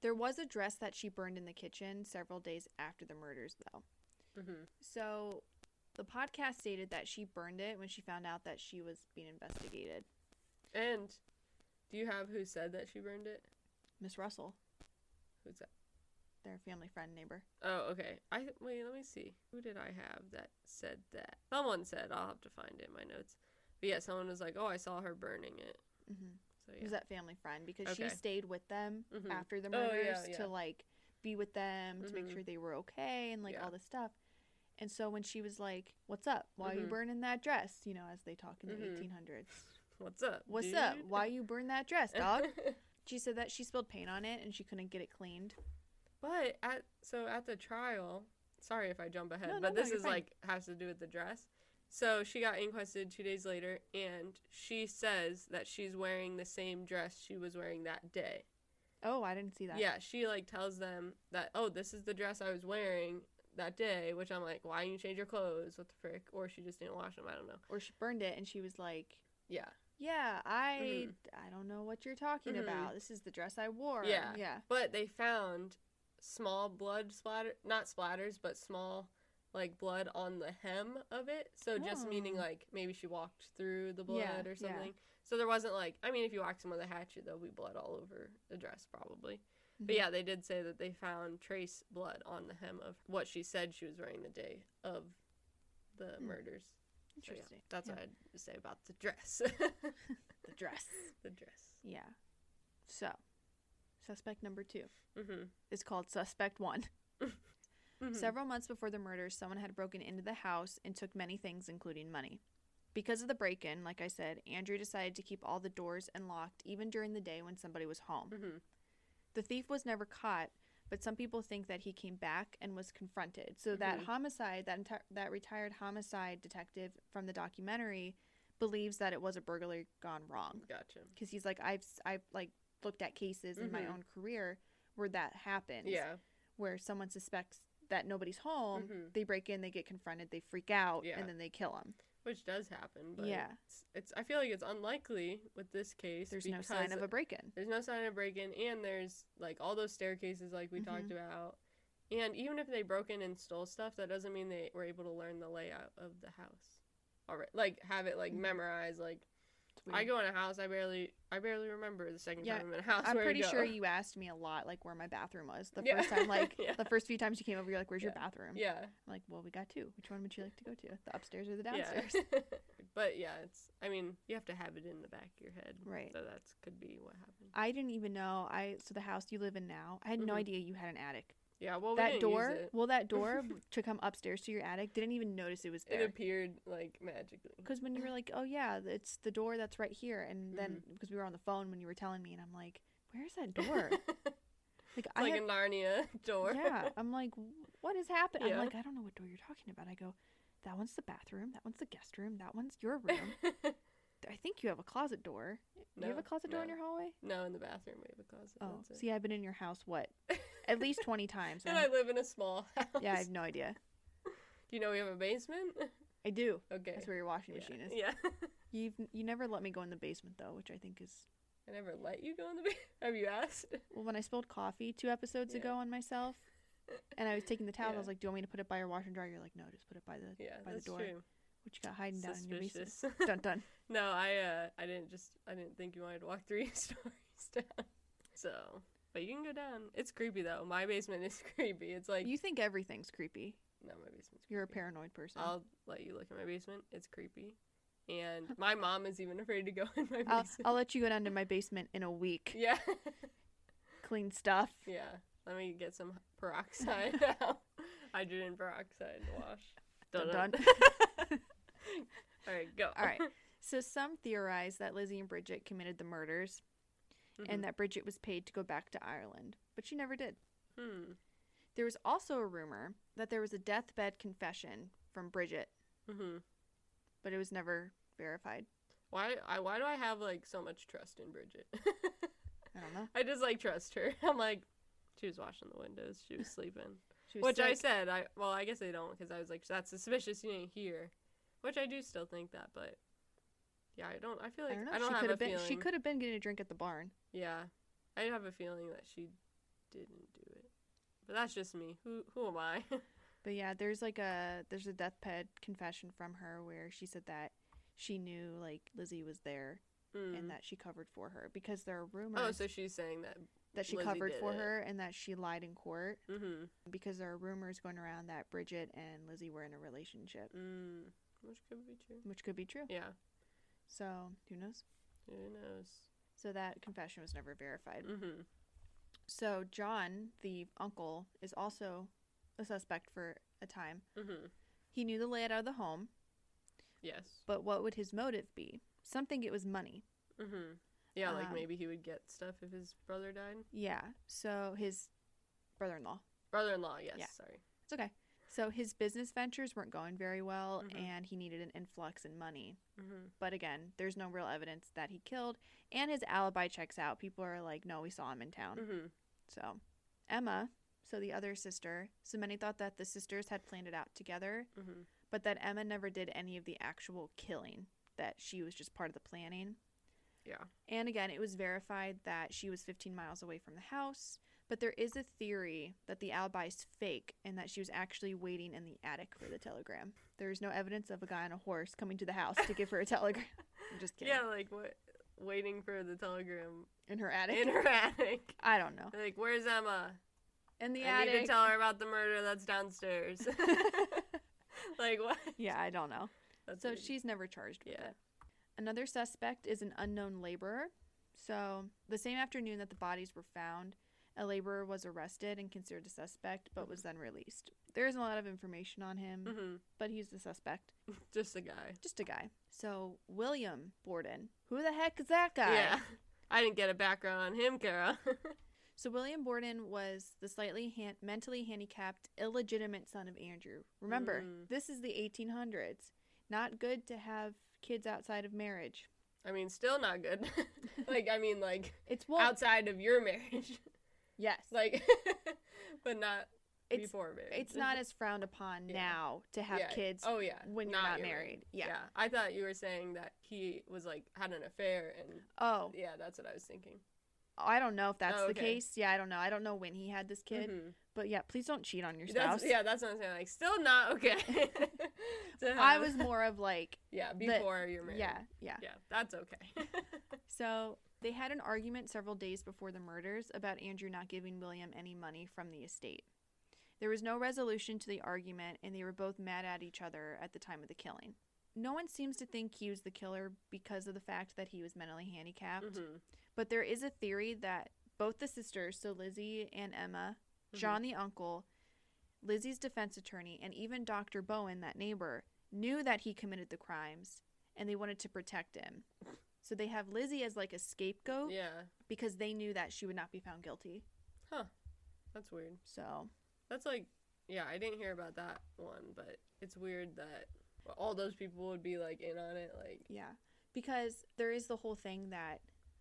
S2: There was a dress that she burned in the kitchen several days after the murders, though.
S1: hmm
S2: So, the podcast stated that she burned it when she found out that she was being investigated.
S1: And do you have who said that she burned it?
S2: Miss Russell,
S1: Who's that?
S2: their family friend neighbor.
S1: Oh, okay. I wait. Let me see. Who did I have that said that? Someone said. I'll have to find it in my notes. But yeah, someone was like, "Oh, I saw her burning it."
S2: hmm
S1: So
S2: It was
S1: yeah.
S2: that family friend because she
S1: Okay.
S2: stayed with them
S1: Mhm.
S2: after the
S1: Oh, yeah,
S2: murders
S1: yeah.
S2: to like be with them to make
S1: Mhm.
S2: sure they were okay and like
S1: Yeah.
S2: all this stuff. And so when she was like, "What's up? Why you
S1: Mhm.
S2: burning that dress?" You know, as they talk in the
S1: Mhm.
S2: 1800s.
S1: What's up?
S2: What's
S1: dude?
S2: up? Why you burn that dress, dog? she said that she spilled paint on it and she couldn't get it cleaned.
S1: But at so at the trial, sorry if I jump ahead,
S2: No, no,
S1: but
S2: no,
S1: this
S2: you're
S1: is
S2: fine.
S1: like has to do with the dress. So she got inquested two days later, and she says that she's wearing the same dress she was wearing that day.
S2: Oh, I didn't see that.
S1: Yeah, she like tells them that oh, this is the dress I was wearing that day, which I'm like, why didn't you change your clothes? What the frick? Or she just didn't wash them. I don't know.
S2: Or she burned it and she was like,
S1: Yeah,
S2: "Yeah, I
S1: Mm-hmm.
S2: I don't know what you're talking
S1: Mhm.
S2: about. This is the dress I wore."
S1: Yeah.
S2: Yeah.
S1: but they found small blood splatter, not splatters, but small like blood on the hem of it. So just meaning
S2: Oh.
S1: like maybe she walked through the blood
S2: Yeah,
S1: or
S2: yeah.
S1: something. So there wasn't like I mean if you walk someone with a hatchet there'll be blood all over the dress probably. But
S2: Mhm.
S1: yeah, they did say that they found trace blood on the hem of what she said she was wearing the day of the
S2: Hmm.
S1: murders. So yeah,
S2: Interesting.
S1: that's
S2: Yeah.
S1: what I'd say about the dress.
S2: The dress.
S1: the dress.
S2: Yeah. So, suspect number two
S1: hmm
S2: is called Suspect One. Several months before the murders, someone had broken into the house and took many things, including money. Because of the break in, like I said, Andrew decided to keep all the doors unlocked even during the day when somebody was home.
S1: hmm
S2: The thief was never caught, but some people think that he came back and was confronted. So that
S1: Mhm.
S2: homicide, that enti- that retired homicide detective from the documentary, believes that it was a burglary gone wrong
S1: Gotcha.
S2: because he's like I've s- I've like looked at cases in my
S1: Mhm.
S2: own career where that happens.
S1: Yeah.
S2: where someone suspects that nobody's home,
S1: Mhm.
S2: they break in, they get confronted, they freak out,
S1: Yeah.
S2: and then they kill him.
S1: Which does happen, but
S2: Yeah.
S1: it's, it's I feel like it's unlikely with this case.
S2: There's no sign
S1: because
S2: of a break in. Mm-hmm.
S1: there's no sign of break in and there's like all those staircases like we talked about And even if they broke in and stole stuff, that doesn't mean they were able to learn the layout of the house. All right, like have it like
S2: Mhm.
S1: memorized. Like
S2: It's
S1: I
S2: weird.
S1: go in a house, I barely, I barely remember the second
S2: Yeah,
S1: time I'm in a house.
S2: I'm
S1: where to
S2: pretty
S1: go.
S2: sure you asked me a lot, like where my bathroom was. The
S1: Yeah.
S2: first time, like
S1: Yeah.
S2: the first few times you came over, you're like, "Where's your bathroom?"
S1: Yeah,
S2: I'm like, "Well, we got two. Which one would you like to go to? The upstairs or the
S1: yeah.
S2: downstairs?"
S1: but yeah, it's. I mean, you have to have it in the back of your head.
S2: Right.
S1: So that's could be what happened.
S2: I didn't even know. I so the house you live in now, I had no
S1: Mhm.
S2: idea you had an attic.
S1: Yeah. Well, Oh, we
S2: that
S1: didn't use
S2: door,
S1: it.
S2: well, that door to come upstairs to your attic, didn't even notice it was
S1: it,
S2: there.
S1: appeared like magically.
S2: Because when you were like, "Oh yeah, th- it's the door that's right here," and then
S1: Mm-hmm.
S2: because we were on the phone when you were telling me, and I'm like, "Where's that door?"
S1: it's
S2: Like I
S1: like
S2: had-
S1: a Narnia door.
S2: yeah, I'm like, "What is happening?"
S1: Yeah.
S2: I'm like, "I don't know what door you're talking about." I go, "That one's the bathroom. That one's the guest room. That one's your room. I think you have a closet door. Do you have
S1: No,
S2: a closet door in
S1: no.
S2: your hallway?"
S1: No, in the bathroom we have a closet.
S2: Oh,
S1: that's it.
S2: see, I've been in your house what, at least twenty times.
S1: and
S2: and
S1: I live in a small house.
S2: I- yeah, I have no idea.
S1: Do you know we have a basement?
S2: I do.
S1: Okay.
S2: That's where your washing
S1: yeah.
S2: machine is.
S1: Yeah.
S2: You've you never let me go in the basement though, which I think is
S1: I never let you go in the basement. Have you asked?
S2: well when I spilled coffee two episodes
S1: Yeah.
S2: ago on myself, and I was taking the towel.
S1: Yeah.
S2: I was like, "Do you want me to put it by your washer and dryer?" You're like, "No, just put it by the
S1: Yeah,
S2: by the
S1: that's
S2: door.
S1: true.
S2: what you got hiding down in your basement."
S1: Suspicious.
S2: dun dun.
S1: no, I uh, I didn't just I didn't think you wanted to walk three stories down. So, but you can go down. It's creepy though. My basement is creepy. It's like
S2: You think everything's creepy.
S1: no, my basement's.
S2: You're a
S1: creepy.
S2: paranoid person. i
S1: I'll let you look at my basement. It's creepy, and my mom is even afraid to go in my
S2: will
S1: basement.
S2: I'll let you go down to my basement in a week.
S1: yeah,
S2: Clean stuff.
S1: yeah. Let me get some peroxide out. Hydrogen peroxide wash.
S2: Dun,
S1: All right, go.
S2: All right. So some theorize that Lizzie and Bridget committed the murders
S1: Mm-hmm.
S2: and that Bridget was paid to go back to Ireland, but she never did.
S1: Mhm.
S2: There was also a rumor that there was a deathbed confession from Bridget,
S1: hmm hmm
S2: but it was never verified.
S1: Why I why do I have like so much trust in Bridget?
S2: I don't know.
S1: I just like trust her. I'm like she was washing the windows, she was sleeping.
S2: She was
S1: Which I
S2: sick.
S1: said I well, I guess I don't cuz I was like that's suspicious you didn't hear. Which I do still think that, but yeah, I don't I feel
S2: I
S1: like
S2: don't know.
S1: I don't
S2: she
S1: have
S2: could
S1: a
S2: have been.
S1: feeling.
S2: She could have been getting a drink at the barn.
S1: Yeah. I have a feeling that she didn't do it. But that's just me. Who who am I?
S2: But yeah, there's like a there's a deathbed confession from her where she said that she knew like Lizzie was there
S1: Mm.
S2: and that she covered for her because there are rumors
S1: Oh, so she's saying that.
S2: that she
S1: Lizzie
S2: covered
S1: did
S2: for
S1: it.
S2: her and that she lied in court
S1: Mhm.
S2: because there are rumors going around that Bridget and Lizzie were in a relationship,
S1: Mm. Which could be true.
S2: which could be true.
S1: Yeah.
S2: So who knows?
S1: Who knows?
S2: So that confession was never verified.
S1: Mhm.
S2: So John, the uncle, is also a suspect for a time.
S1: Mhm.
S2: He knew the layout of the home,
S1: Yes.
S2: but what would his motive be? Some think it was money.
S1: hmm Yeah, like
S2: Um,
S1: maybe he would get stuff if his brother died.
S2: Yeah. So his brother in law.
S1: Brother in law, yes,
S2: Yeah.
S1: sorry.
S2: It's okay. So his business ventures weren't going very well
S1: Mhm.
S2: and he needed an influx in money.
S1: hmm
S2: But again, there's no real evidence that he killed and his alibi checks out. People are like, no, we saw him in town.
S1: hmm
S2: So Emma, so the other sister, so many thought that the sisters had planned it out together,
S1: hmm
S2: but that Emma never did any of the actual killing, that she was just part of the planning.
S1: Yeah.
S2: And again, it was verified that she was 15 miles away from the house, but there is a theory that the alibi is fake and that she was actually waiting in the attic for the telegram. There is no evidence of a guy on a horse coming to the house to give her a telegram. I'm just kidding.
S1: Yeah, like what? Waiting for the telegram
S2: In her attic.
S1: in her attic.
S2: I don't know.
S1: Like, where's Emma?
S2: In the
S1: I need to
S2: attic.
S1: tell her about the murder that's downstairs. like what?
S2: yeah, I don't know.
S1: That's
S2: So
S1: weird.
S2: she's never charged with
S1: Yeah.
S2: it. Another suspect is an unknown laborer. So the same afternoon that the bodies were found, a laborer was arrested and considered a suspect, but
S1: Mm-hmm.
S2: was then released. There isn't a lot of information on him,
S1: Mhm.
S2: but he's the suspect.
S1: Just a guy.
S2: Just a guy. So William Borden. Who the heck is that guy?
S1: Yeah. I didn't get a background on him, Kara.
S2: So William Borden was the slightly han- mentally handicapped, illegitimate son of Andrew. Remember,
S1: Mm.
S2: this is the 1800s. Not good to have kids outside of marriage.
S1: I mean, still not good. like, I mean, like
S2: It's well,
S1: outside of your marriage,
S2: yes,
S1: like, but not
S2: it's
S1: before marriage.
S2: it's not as frowned upon
S1: Yeah.
S2: now to have
S1: Yeah.
S2: kids
S1: Oh yeah,
S2: when you're not
S1: your
S2: married. Yeah.
S1: I thought you were saying that he was like had an affair and
S2: Oh,
S1: yeah, that's what I was thinking.
S2: I don't know if that's
S1: Oh,
S2: the
S1: okay.
S2: case. Yeah, I don't know. I don't know when he had this kid.
S1: Mhm.
S2: But yeah, please don't cheat on your spouse.
S1: That's, yeah, that's what I'm saying. Like, still not okay. to
S2: I
S1: have-
S2: was more of like,
S1: yeah before Uh-huh. you're married.
S2: yeah, yeah.
S1: yeah, that's okay.
S2: So they had an argument several days before the murders about Andrew not giving William any money from the estate. There was no resolution to the argument, and they were both mad at each other at the time of the killing. No one seems to think he was the killer because of the fact that he was mentally handicapped,
S1: Mhm.
S2: but there is a theory that both the sisters, so Lizzie and Emma,
S1: Mm-hmm.
S2: John the uncle, Lizzie's defense attorney, and even Dr. Bowen, that neighbor, knew that he committed the crimes and they wanted to protect him. So they have Lizzie as like a scapegoat
S1: Yeah,
S2: because they knew that she would not be found guilty.
S1: that's weird.
S2: So,
S1: That's like, yeah, I didn't hear about that one, but it's weird that all those people would be like in on it. Like,
S2: yeah. Because there is the whole thing that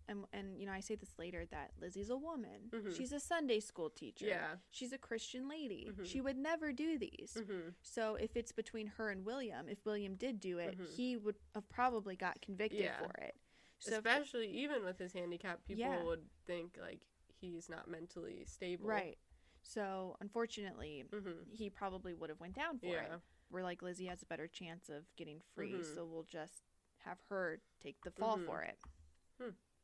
S2: and, and you know, I say this later that Lizzie's a woman.
S1: Mhm.
S2: She's a Sunday school teacher.
S1: Yeah.
S2: She's a Christian lady.
S1: Mhm.
S2: She would never do these.
S1: mhm,
S2: So if it's between her and William, if William did do it,
S1: Mhm.
S2: he would have probably got convicted
S1: Yeah.
S2: for it. So if-
S1: especially even with his handicap, people
S2: Yeah.
S1: would think like he's not mentally stable.
S2: right. So unfortunately,
S1: hmm
S2: he probably would have went down for
S1: Yeah.
S2: it. We're like Lizzie has a better chance of getting free,
S1: Mhm.
S2: so we'll just have her take the fall
S1: Mhm.
S2: for it.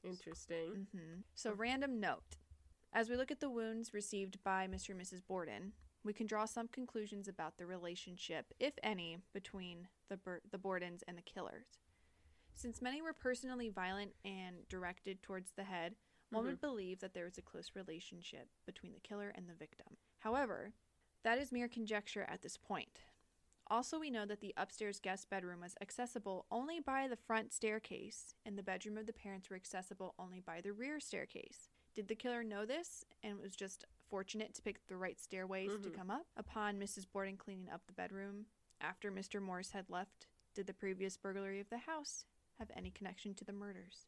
S1: Interesting.
S2: hmm So random note: as we look at the wounds received by Mr. and Mrs. Borden, we can draw some conclusions about the relationship, if any, between the Bur- the Bordens and the killers. Since many were personally violent and directed towards the head, one would believe that there was a close relationship between the killer and the victim. However, that is mere conjecture at this point. Also, we know that the upstairs guest bedroom was accessible only by the front staircase, and the bedroom of the parents were accessible only by the rear staircase. Did the killer know this and was just fortunate to pick the right stairways to
S1: Mhm.
S2: come up? Upon Mrs. Borden cleaning up the bedroom after Mr. Morris had left, did the previous burglary of the house have any connection to the murders?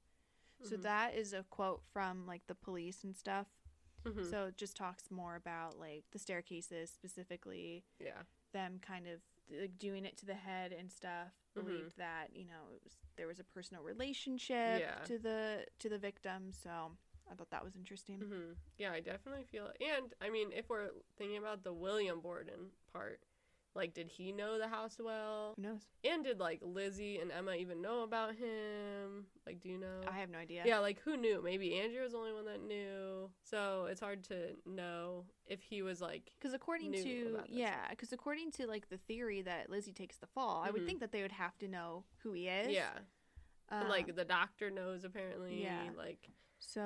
S2: So
S1: Mhm.
S2: that is a quote from like the police and stuff.
S1: Mhm,
S2: So it just talks more about like the staircases specifically
S1: yeah.
S2: them kind of like doing it to the head and stuff
S1: Mm-hmm.
S2: believed that you know it was, there was a personal relationship
S1: Yeah.
S2: to the to the victim so i thought that was interesting
S1: hmm Yeah, I definitely feel And I mean, if we're thinking about the William Borden part, like, did he know the house well?
S2: who knows
S1: And did like Lizzie and Emma even know about him? Like, do you know?
S2: i have no idea
S1: yeah. like who knew? Maybe Andrew was the only one that knew. So it's hard to know if he was like,
S2: because according
S1: knew
S2: to
S1: about this.
S2: yeah because according to like the theory that lizzie takes the fall i would
S1: Mhm.
S2: think that they would have to know who he is
S1: yeah,
S2: um,
S1: and, like the doctor knows apparently.
S2: yeah.
S1: like
S2: so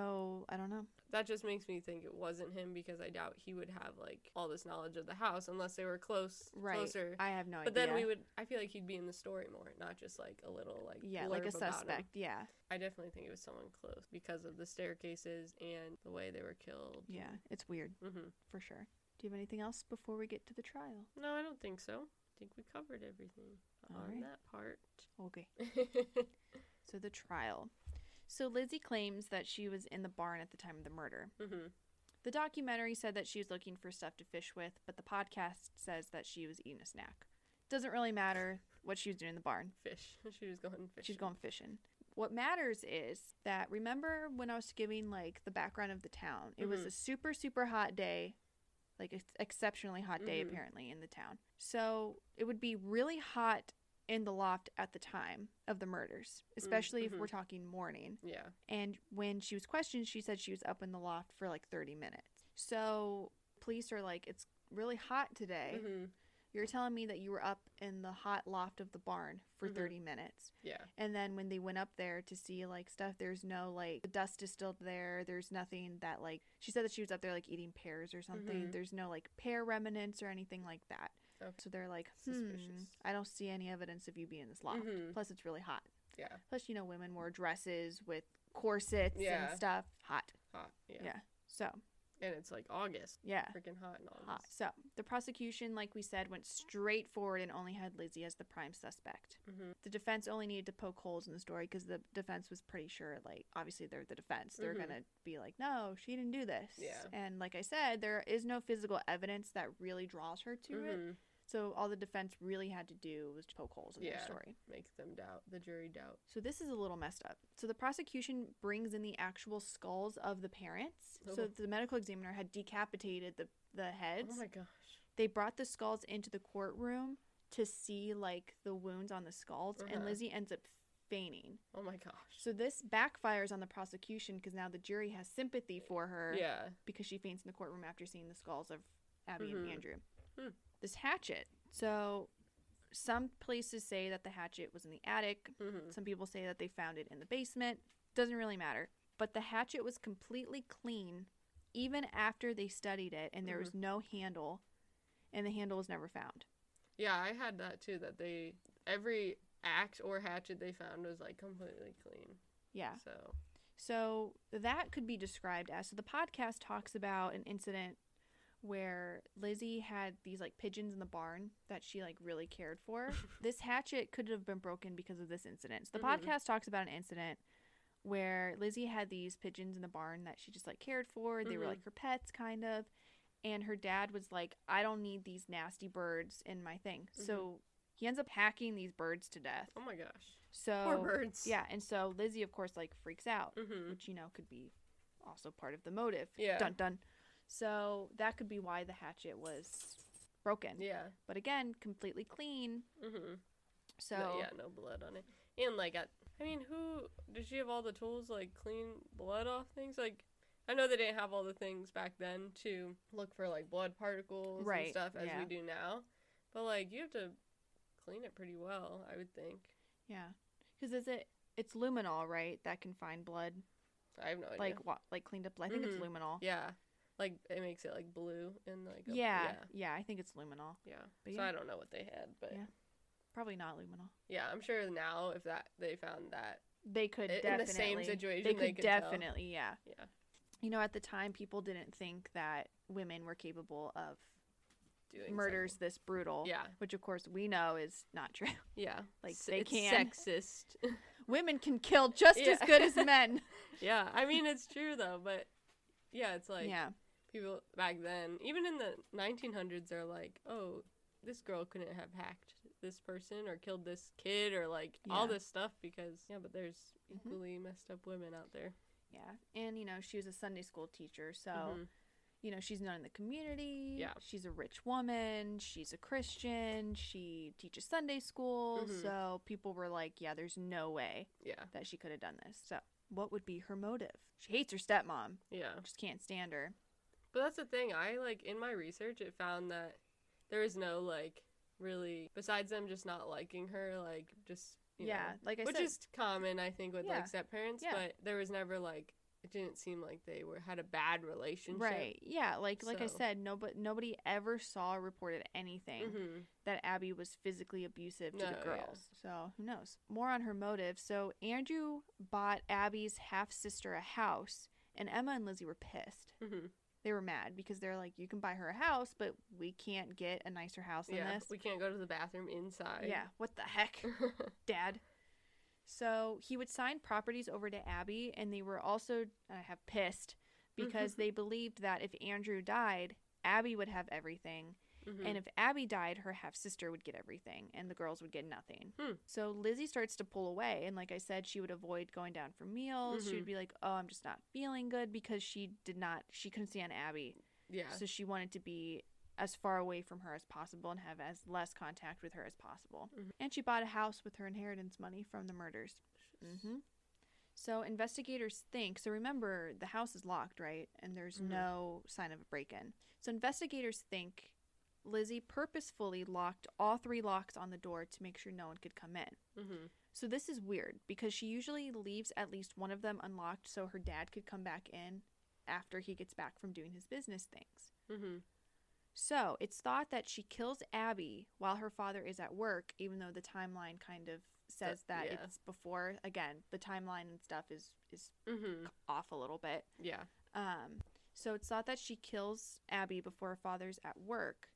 S2: i don't know
S1: that just makes me think it wasn't him because I doubt he would have like all this knowledge of the house unless they were close,
S2: right
S1: closer.
S2: i have no
S1: But
S2: idea
S1: then we would. I feel like he'd be in the story more, not just like a little like
S2: yeah like
S1: blurb
S2: a
S1: about him.
S2: suspect yeah
S1: I definitely think it was someone close because of the staircases and the way they were killed.
S2: yeah it's weird
S1: hmm
S2: for sure do you have anything else before we get to the trial
S1: No, I don't think so. I think we covered everything
S2: All
S1: on
S2: right.
S1: that part.
S2: okay So the trial. So Lizzie claims that she was in the barn at the time of the murder.
S1: hmm
S2: The documentary said that she was looking for stuff to fish with, but the podcast says that she was eating a snack. Doesn't really matter what she was doing in the barn.
S1: Fish. She was going fishing.
S2: She's going fishing. What matters is that remember when I was giving like the background of the town. It was
S1: Mhm.
S2: a super super hot day, like ex- exceptionally hot day
S1: Mhm.
S2: apparently in the town. So it would be really hot in the loft at the time of the murders, especially if
S1: mhm.
S2: we're talking morning.
S1: Yeah.
S2: And when she was questioned, she said she was up in the loft for like 30 minutes. So police are like, it's really hot today.
S1: hmm
S2: You're telling me that you were up in the hot loft of the barn for
S1: Mhm.
S2: 30 minutes.
S1: Yeah.
S2: And then when they went up there to see like stuff, there's no like the dust is still there. There's nothing that like she said that she was up there like eating pears or something.
S1: Mhm.
S2: There's no like pear remnants or anything like that.
S1: Okay.
S2: So they're like, hmm,
S1: Suspicious.
S2: I don't see any evidence of you being in this loft.
S1: Mhm.
S2: Plus, it's really hot.
S1: Yeah.
S2: Plus, you know, women wore dresses with corsets
S1: Yeah.
S2: and stuff. Hot.
S1: Hot. Yeah.
S2: Yeah. So,
S1: And it's like August.
S2: yeah.
S1: Freaking hot in August.
S2: Hot. Uh, So, the prosecution, like we said, went straight forward and only had Lizzie as the prime suspect.
S1: Mhm.
S2: The defense only needed to poke holes in the story because the defense was pretty sure, like, obviously they're the defense. They're
S1: Mhm.
S2: going to be like, no, she didn't do this.
S1: Yeah.
S2: And like I said, there is no physical evidence that really draws her to it.
S1: Mhm.
S2: So all the defense really had to do was poke holes in
S1: Yeah.
S2: their story.
S1: Make them doubt the jury doubt.
S2: So this is a little messed up. So the prosecution brings in the actual skulls of the parents. So
S1: Oh.
S2: the medical examiner had decapitated the the heads.
S1: Oh my gosh.
S2: they brought the skulls into the courtroom to see like the wounds on the skulls, and
S1: Uh-huh.
S2: Lizzie ends up fainting.
S1: Oh my gosh.
S2: So this backfires on the prosecution because now the jury has sympathy for her
S1: Yeah.
S2: because she faints in the courtroom after seeing the skulls of Abby and
S1: Mhm.
S2: Andrew.
S1: Hmm.
S2: This hatchet. So some places say that the hatchet was in the attic.
S1: Mm-hmm.
S2: Some people say that they found it in the basement. Doesn't really matter. But the hatchet was completely clean even after they studied it and there was no handle and the handle was never found.
S1: Yeah, I had that too. That they every axe or hatchet they found was like completely clean.
S2: Yeah.
S1: So
S2: So that could be described as so the podcast talks about an incident where Lizzie had these like pigeons in the barn that she like really cared for. this hatchet could have been broken because of this incident. So the
S1: Mhm.
S2: podcast talks about an incident where Lizzie had these pigeons in the barn that she just like cared for. They were
S1: Mhm.
S2: like her pets kind of. And her dad was like, I don't need these nasty birds in my thing.
S1: Mhm.
S2: So he ends up hacking these birds to death.
S1: oh my gosh,
S2: So
S1: poor birds.
S2: Yeah, and so Lizzie of course like freaks out
S1: Mm-hmm.
S2: which you know could be also part of the motive.
S1: Yeah.
S2: Dun dun. So that could be why the hatchet was broken.
S1: Yeah.
S2: But again, completely clean.
S1: Mm-hmm.
S2: So
S1: yeah, no blood on it. And like, I, I mean, who did she have all the tools to, like clean blood off things? Like, I know they didn't have all the things back then to look for like blood particles
S2: Right,
S1: and stuff as
S2: yeah.
S1: we do now, but like you have to clean it pretty well, I would think.
S2: Because is it? It's luminol, right? That can find blood,
S1: I have no idea.
S2: like wa- like cleaned up. blood. I think
S1: Mhm.
S2: it's luminol.
S1: Oh, yeah, like it makes it like blue and like a-
S2: yeah, yeah, I think it's luminol.
S1: yeah,
S2: But
S1: So
S2: yeah.
S1: I don't know what they had, but
S2: Yeah.
S1: yeah,
S2: Probably not luminol.
S1: I'm sure now if that they found that,
S2: They could
S1: In the same
S2: definitely.
S1: situation,
S2: they could
S1: they could tell.
S2: definitely, yeah.
S1: yeah,
S2: You know, at the time, people didn't think that women were capable of
S1: doing
S2: murders this brutal.
S1: something- Yeah,
S2: Which, of course, we know is not true.
S1: yeah,
S2: Like,
S1: S-
S2: they
S1: it's
S2: can.
S1: sexist.
S2: women can kill just
S1: Yeah.
S2: as good as men.
S1: Yeah, I mean it's true though, but yeah, it's like
S2: yeah,
S1: people back then, even in the 1900s, they're like, oh, this girl couldn't have hacked this person or killed this kid or like all
S2: Yeah.
S1: this stuff because yeah, but there's
S2: Mhm.
S1: equally messed up women out there.
S2: yeah. And you know, she was a Sunday school teacher, so
S1: Mhm.
S2: you know, she's known in the community.
S1: Yeah.
S2: She's a rich woman, she's a Christian, she teaches Sunday school,
S1: Mhm.
S2: so people were like, yeah, there's no way
S1: yeah,
S2: that she could have done this. So, what would be her motive? She hates her stepmom.
S1: yeah.
S2: Just can't stand her.
S1: But that's the thing. I like in my research, it found that there is no like really besides them just not liking her, like just you
S2: yeah,
S1: know,
S2: like I
S1: which
S2: said,
S1: is common i think with
S2: Yeah.
S1: like step parents
S2: Yeah.
S1: but there was never like it didn't seem like they were had a bad relationship
S2: right. Yeah, like like I
S1: So-
S2: said, nobody nobody ever saw or reported anything.
S1: hmm
S2: that Abby was physically abusive to
S1: No,
S2: the
S1: yeah.
S2: girls. So who knows? More on her motive. So Andrew bought Abby's half sister a house, and Emma and Lizzie were pissed.
S1: hmm
S2: They were mad because they're like, "You can buy her a house, but we can't get a nicer house than
S1: yeah
S2: this."
S1: we can't go to the bathroom inside
S2: Yeah, what the heck, Dad? So he would sign properties over to Abby, and they were also I have pissed
S1: Mm-hmm.
S2: because they believed that if Andrew died, Abby would have everything,
S1: Mhm.
S2: and if Abby died, her half sister would get everything, and the girls would get nothing.
S1: Hmm.
S2: So Lizzie starts to pull away, and like I said, she would avoid going down for meals. She
S1: Mhm.
S2: would be like, "Oh, I'm just not feeling good," because she did not, she couldn't stand Abby,
S1: yeah
S2: so she wanted to be as far away from her as possible and have as less contact with her as possible.
S1: Mhm.
S2: And she bought a house with her inheritance money from the murders. hmm So investigators think so. Remember, the house is locked, right? And there's
S1: Mhm.
S2: no sign of a break-in. So investigators think Lizzie purposefully locked all three locks on the door to make sure no one could come in.
S1: Mhm.
S2: So this is weird because she usually leaves at least one of them unlocked so her dad could come back in after he gets back from doing his business things.
S1: Mhm.
S2: So it's thought that she kills Abby while her father is at work, even though the timeline kind of says that
S1: yeah.
S2: it's before. Again, the timeline and stuff is is
S1: Mhm.
S2: off a little bit.
S1: yeah
S2: Um, so it's thought that she kills Abby before her father's at work.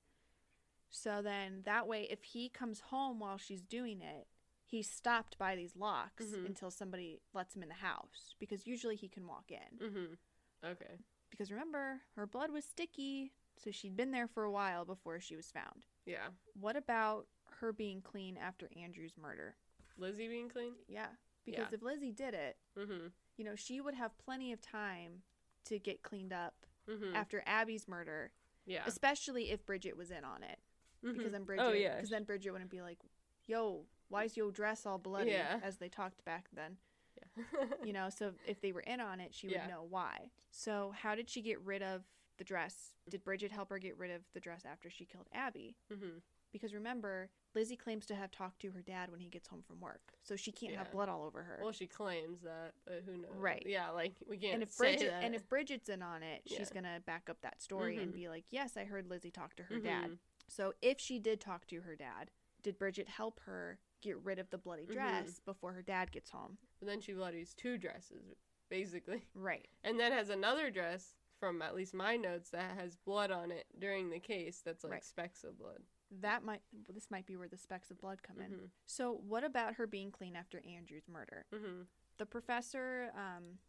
S2: So then that way, if he comes home while she's doing it, he's stopped by these locks
S1: Mhm.
S2: until somebody lets him in the house because usually he can walk in.
S1: Mhm. okay
S2: Because remember, her blood was sticky, so she'd been there for a while before she was found.
S1: Yeah.
S2: What about her being clean after Andrew's murder?
S1: Lizzie being clean?
S2: Yeah. Because
S1: Yeah.
S2: if Lizzie did it,
S1: Mm-hmm.
S2: you know, she would have plenty of time to get cleaned up
S1: Mm-hmm.
S2: after Abby's murder,
S1: yeah.
S2: especially if Bridget was in on it. Because
S1: Mhm.
S2: then Bridget,
S1: yeah.
S2: because then Bridget wouldn't be like, "Yo, why's your dress all bloody?"
S1: Yeah.
S2: As they talked back then,
S1: Yeah.
S2: you know. So if they were in on it, she would
S1: Yeah.
S2: know why. So how did she get rid of the dress? Did Bridget help her get rid of the dress after she killed Abby?
S1: Mhm.
S2: Because remember, Lizzie claims to have talked to her dad when he gets home from work, so she can't have
S1: Yeah.
S2: blood all over her.
S1: Well, she claims that, but who knows?
S2: Right.
S1: Yeah, like we can't.
S2: and if
S1: say
S2: Bridget
S1: that.
S2: and if Bridget's in on it,
S1: Yeah.
S2: she's gonna back up that story and
S1: Mhm.
S2: be like, "Yes, I heard Lizzie talk to her
S1: Mhm.
S2: dad." So if she did talk to her dad, did Bridget help her get rid of the bloody
S1: Mhm.
S2: dress before her dad gets home?
S1: But then she bloodies two dresses, basically,
S2: Right.
S1: and then has another dress from at least my notes that has blood on it during the case. That's like
S2: Right.
S1: specks of blood.
S2: That might this might be where the specks of blood come in.
S1: Mhm.
S2: So what about her being clean after Andrew's murder?
S1: Mhm.
S2: The professor um,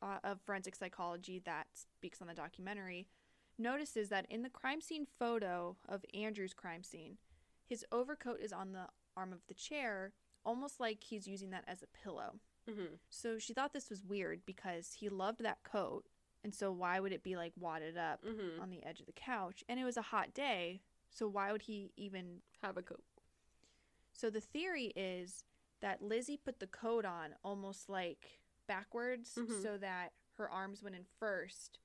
S2: uh, of forensic psychology that speaks on the documentary notices that in the crime scene photo of Andrew's crime scene, his overcoat is on the arm of the chair, almost like he's using that as a pillow.
S1: Mhm.
S2: So she thought this was weird because he loved that coat, and so why would it be like wadded up
S1: Mhm.
S2: on the edge of the couch? And it was a hot day, so why would he even
S1: Have a coat.
S2: so the theory is that Lizzie put the coat on almost like backwards
S1: Mhm.
S2: so that her arms went in first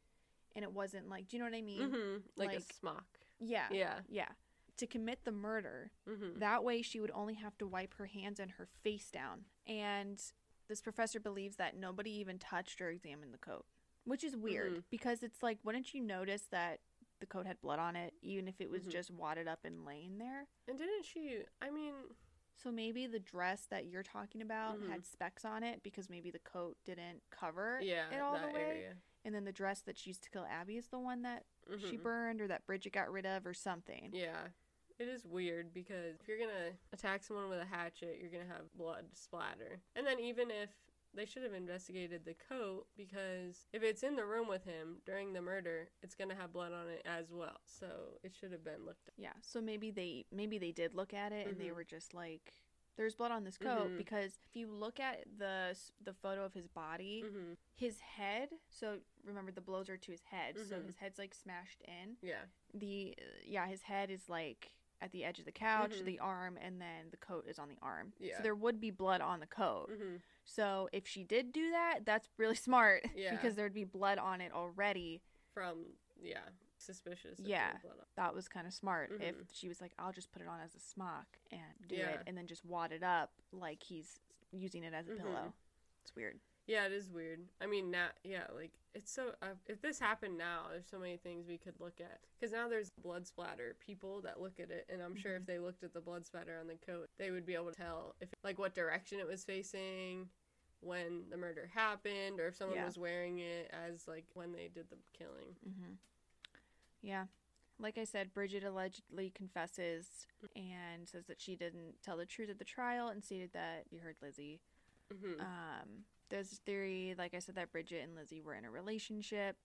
S2: and it wasn't like, do you know what I mean?
S1: Mhm. Like, a
S2: like-
S1: smock.
S2: Yeah. Yeah.
S1: Yeah.
S2: To commit the murder,
S1: Mhm.
S2: that way she would only have to wipe her hands and her face down. And this professor believes that nobody even touched or examined the coat, which is weird because it's like, wouldn't you notice that the coat had blood on it, even if it was
S1: Mhm.
S2: just wadded up and laying there?
S1: And didn't she? I mean,
S2: So maybe the dress that you're talking about
S1: Mhm.
S2: had specks on it because maybe the coat didn't cover
S1: yeah,
S2: it all
S1: that
S2: the way.
S1: area.
S2: And then the dress that she used to kill Abby is the one that she
S1: Mhm.
S2: burned or that Bridget got rid of or something.
S1: Yeah. It is weird because if you're gonna attack someone with a hatchet, you're gonna have blood splatter. And then even if they should have investigated the coat because if it's in the room with him during the murder, it's gonna have blood on it as well. So it should have been looked
S2: Yeah. So maybe they maybe they did look at it and they
S1: Mhm.
S2: were just like there's blood on this coat
S1: Mhm.
S2: because if you look at the s- the photo of his body,
S1: at. hmm
S2: his head, so remember the blows are to his head, so
S1: Mhm.
S2: his head's like smashed in.
S1: Yeah.
S2: the yeah his head is like at the edge of the couch
S1: Mhm.
S2: the arm and then the coat is on the arm
S1: Yeah.
S2: so there would be blood on the coat
S1: hmm
S2: so if she did do that that's really smart
S1: Yeah.
S2: because there'd be blood on it already
S1: From, yeah, suspicious. if there's
S2: Yeah.
S1: blood on-
S2: that was kind of smart if
S1: Mhm.
S2: she was like i'll just put it on as a smock and do it
S1: Yeah.
S2: and then just wad it up like he's using it as a
S1: Mhm.
S2: pillow it's weird
S1: Yeah, it is weird. I mean, now, yeah, like it's so. Uh, if this happened now, there's so many things we could look at because now there's blood splatter people that look at it, and I'm sure if they looked at the blood splatter on the coat, they would be able to tell if like what direction it was facing, when the murder happened, or if someone
S2: Yeah.
S1: was wearing it as like when they did the killing.
S2: hmm yeah like i said bridget allegedly confesses and says that she didn't tell the truth at the trial and stated that you heard lizzie
S1: hmm
S2: Um, there's a theory, like I said, that Bridget and Lizzie were in a relationship.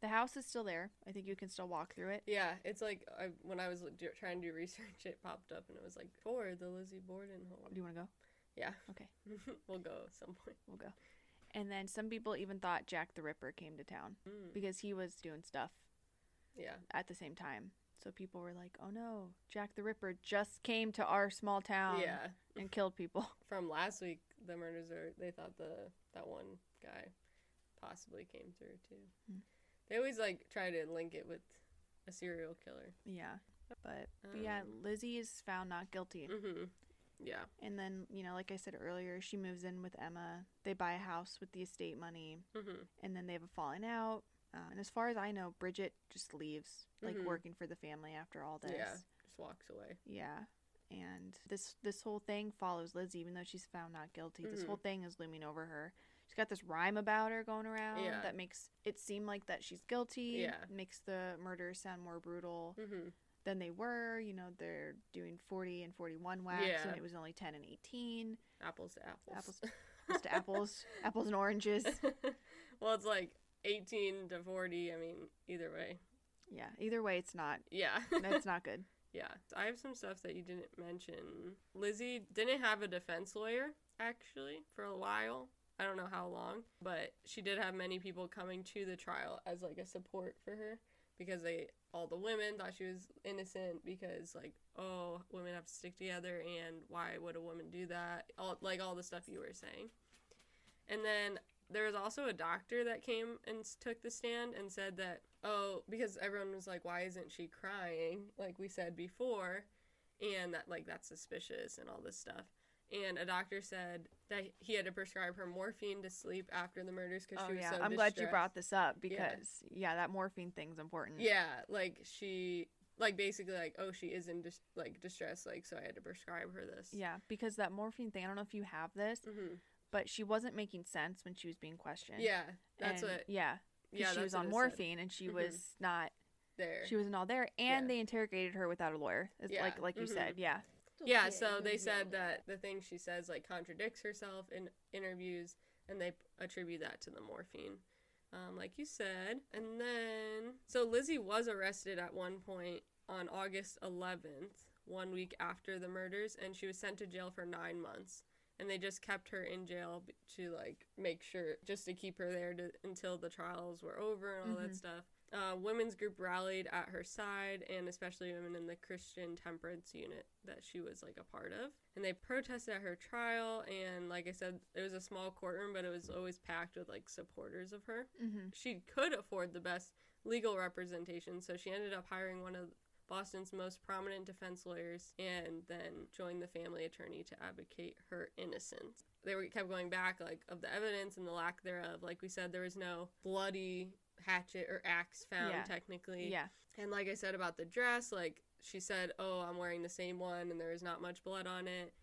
S2: The house is still there. I think you can still walk through it.
S1: Yeah, it's like I, when I was like, do, trying to do research, it popped up and it was like for the Lizzie Borden
S2: Do
S1: home.
S2: you want to go?
S1: Yeah,
S2: Okay.
S1: we'll go at some point.
S2: We'll go. And then some people even thought Jack the Ripper came to town
S1: Mm.
S2: because he was doing stuff
S1: Yeah,
S2: at the same time. So people were like, "Oh no, Jack the Ripper just came to our small town
S1: yeah.
S2: and killed people."
S1: from last week, the murders are. They thought the that one guy possibly came through too.
S2: Hmm.
S1: They always like try to link it with a serial killer.
S2: yeah. But, but yeah,
S1: Um,
S2: Lizzie is found not guilty.
S1: hmm Yeah.
S2: And then, you know, like I said earlier, she moves in with Emma. They buy a house with the estate money.
S1: hmm
S2: and then they have a falling out. Um, and as far as I know, Bridget just leaves, like
S1: Mhm.
S2: working for the family after all this.
S1: Yeah. Just walks away.
S2: Yeah. And this this whole thing follows Lizzie, even though she's found not guilty. This
S1: Mhm.
S2: whole thing is looming over her. She's got this rhyme about her going around
S1: Yeah.
S2: that makes it seem like that she's guilty.
S1: Yeah.
S2: Makes the murders sound more brutal
S1: hmm
S2: than they were. You know, they're doing forty and forty one wax,
S1: Yeah.
S2: and it was only ten and eighteen.
S1: Apples to apples.
S2: Just apples, apples and oranges.
S1: well, it's like eighteen to forty. I mean, either way.
S2: Yeah. Either way, it's not.
S1: Yeah.
S2: It's not good.
S1: Yeah, I have some stuff that you didn't mention. Lizzie didn't have a defense lawyer, actually, for a while. I don't know how long, but she did have many people coming to the trial as like a support for her because they all the women thought she was innocent because like oh women have to stick together and why would a woman do that all like all the stuff you were saying and then there was also a doctor that came and s- took the stand and said that oh because everyone was like why isn't she crying like we said before and that like that's suspicious and all this stuff and a doctor said that he had to prescribe her morphine to sleep after the murders because
S2: Oh
S1: she was
S2: yeah,
S1: so
S2: I'm glad you
S1: distressed.
S2: brought this up
S1: Yeah.
S2: because yeah, that morphine thing's important.
S1: Yeah, like she, like basically, like oh, she is in dis- like distress, like so I had to prescribe her this.
S2: Yeah, because that morphine thing, I don't know if you have this,
S1: hmm
S2: but she wasn't making sense when she was being questioned.
S1: yeah, that's
S2: And-
S1: what.
S2: Yeah, 'cause
S1: Yeah,
S2: she
S1: that's
S2: was
S1: what
S2: on
S1: it said
S2: morphine and she
S1: Mhm.
S2: was not
S1: there.
S2: she wasn't all there and
S1: Yeah.
S2: they interrogated her without a lawyer. It's
S1: Yeah,
S2: like like you
S1: mhm.
S2: said, yeah.
S1: yeah, so they said that the thing she says like contradicts herself in interviews, and they attribute that to the morphine, um, like you said. And then, so Lizzie was arrested at one point on August 11th, one week after the murders, and she was sent to jail for nine months. And they just kept her in jail b- to like make sure, just to keep her there to, until the trials were over and all
S2: Mhm.
S1: that stuff. Uh, women's group rallied at her side, and especially women in the Christian temperance unit that she was like a part of. And they protested at her trial, and like I said, it was a small courtroom, but it was always packed with like supporters of her
S2: Mm-hmm.
S1: she could afford the best legal representation, so she ended up hiring one of Boston's most prominent defense lawyers and then joined the family attorney to advocate her innocence. They were kept going back like of the evidence and the lack thereof. Like we said, there was no bloody hatchet or axe found
S2: Yeah.
S1: technically.
S2: Yeah.
S1: And like I said about the dress, like she said, "Oh, I'm wearing the same one and there is not much blood on it."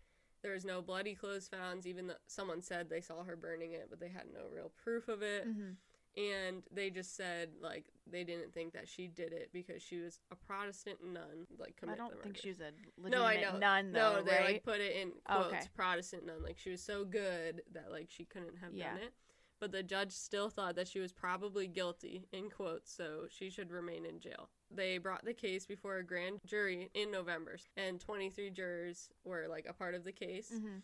S1: There was no bloody clothes found, even though someone said they saw her burning it, but they had no real proof of it
S2: Mm-hmm.
S1: and they just said like they didn't think that she did it because she was a Protestant nun. Like
S2: I
S1: commit
S2: don't
S1: the
S2: think
S1: murder.
S2: she was a
S1: No, I
S2: legitimate
S1: know.
S2: nun though,
S1: No, they
S2: right?
S1: like put it in quotes
S2: Okay.
S1: Protestant nun. Like she was so good that like she couldn't have
S2: Yeah.
S1: done it. But the judge still thought that she was probably guilty in quotes, so she should remain in jail. They brought the case before a grand jury in November, and 23 jurors were like a part of the case.
S2: mm-hmm.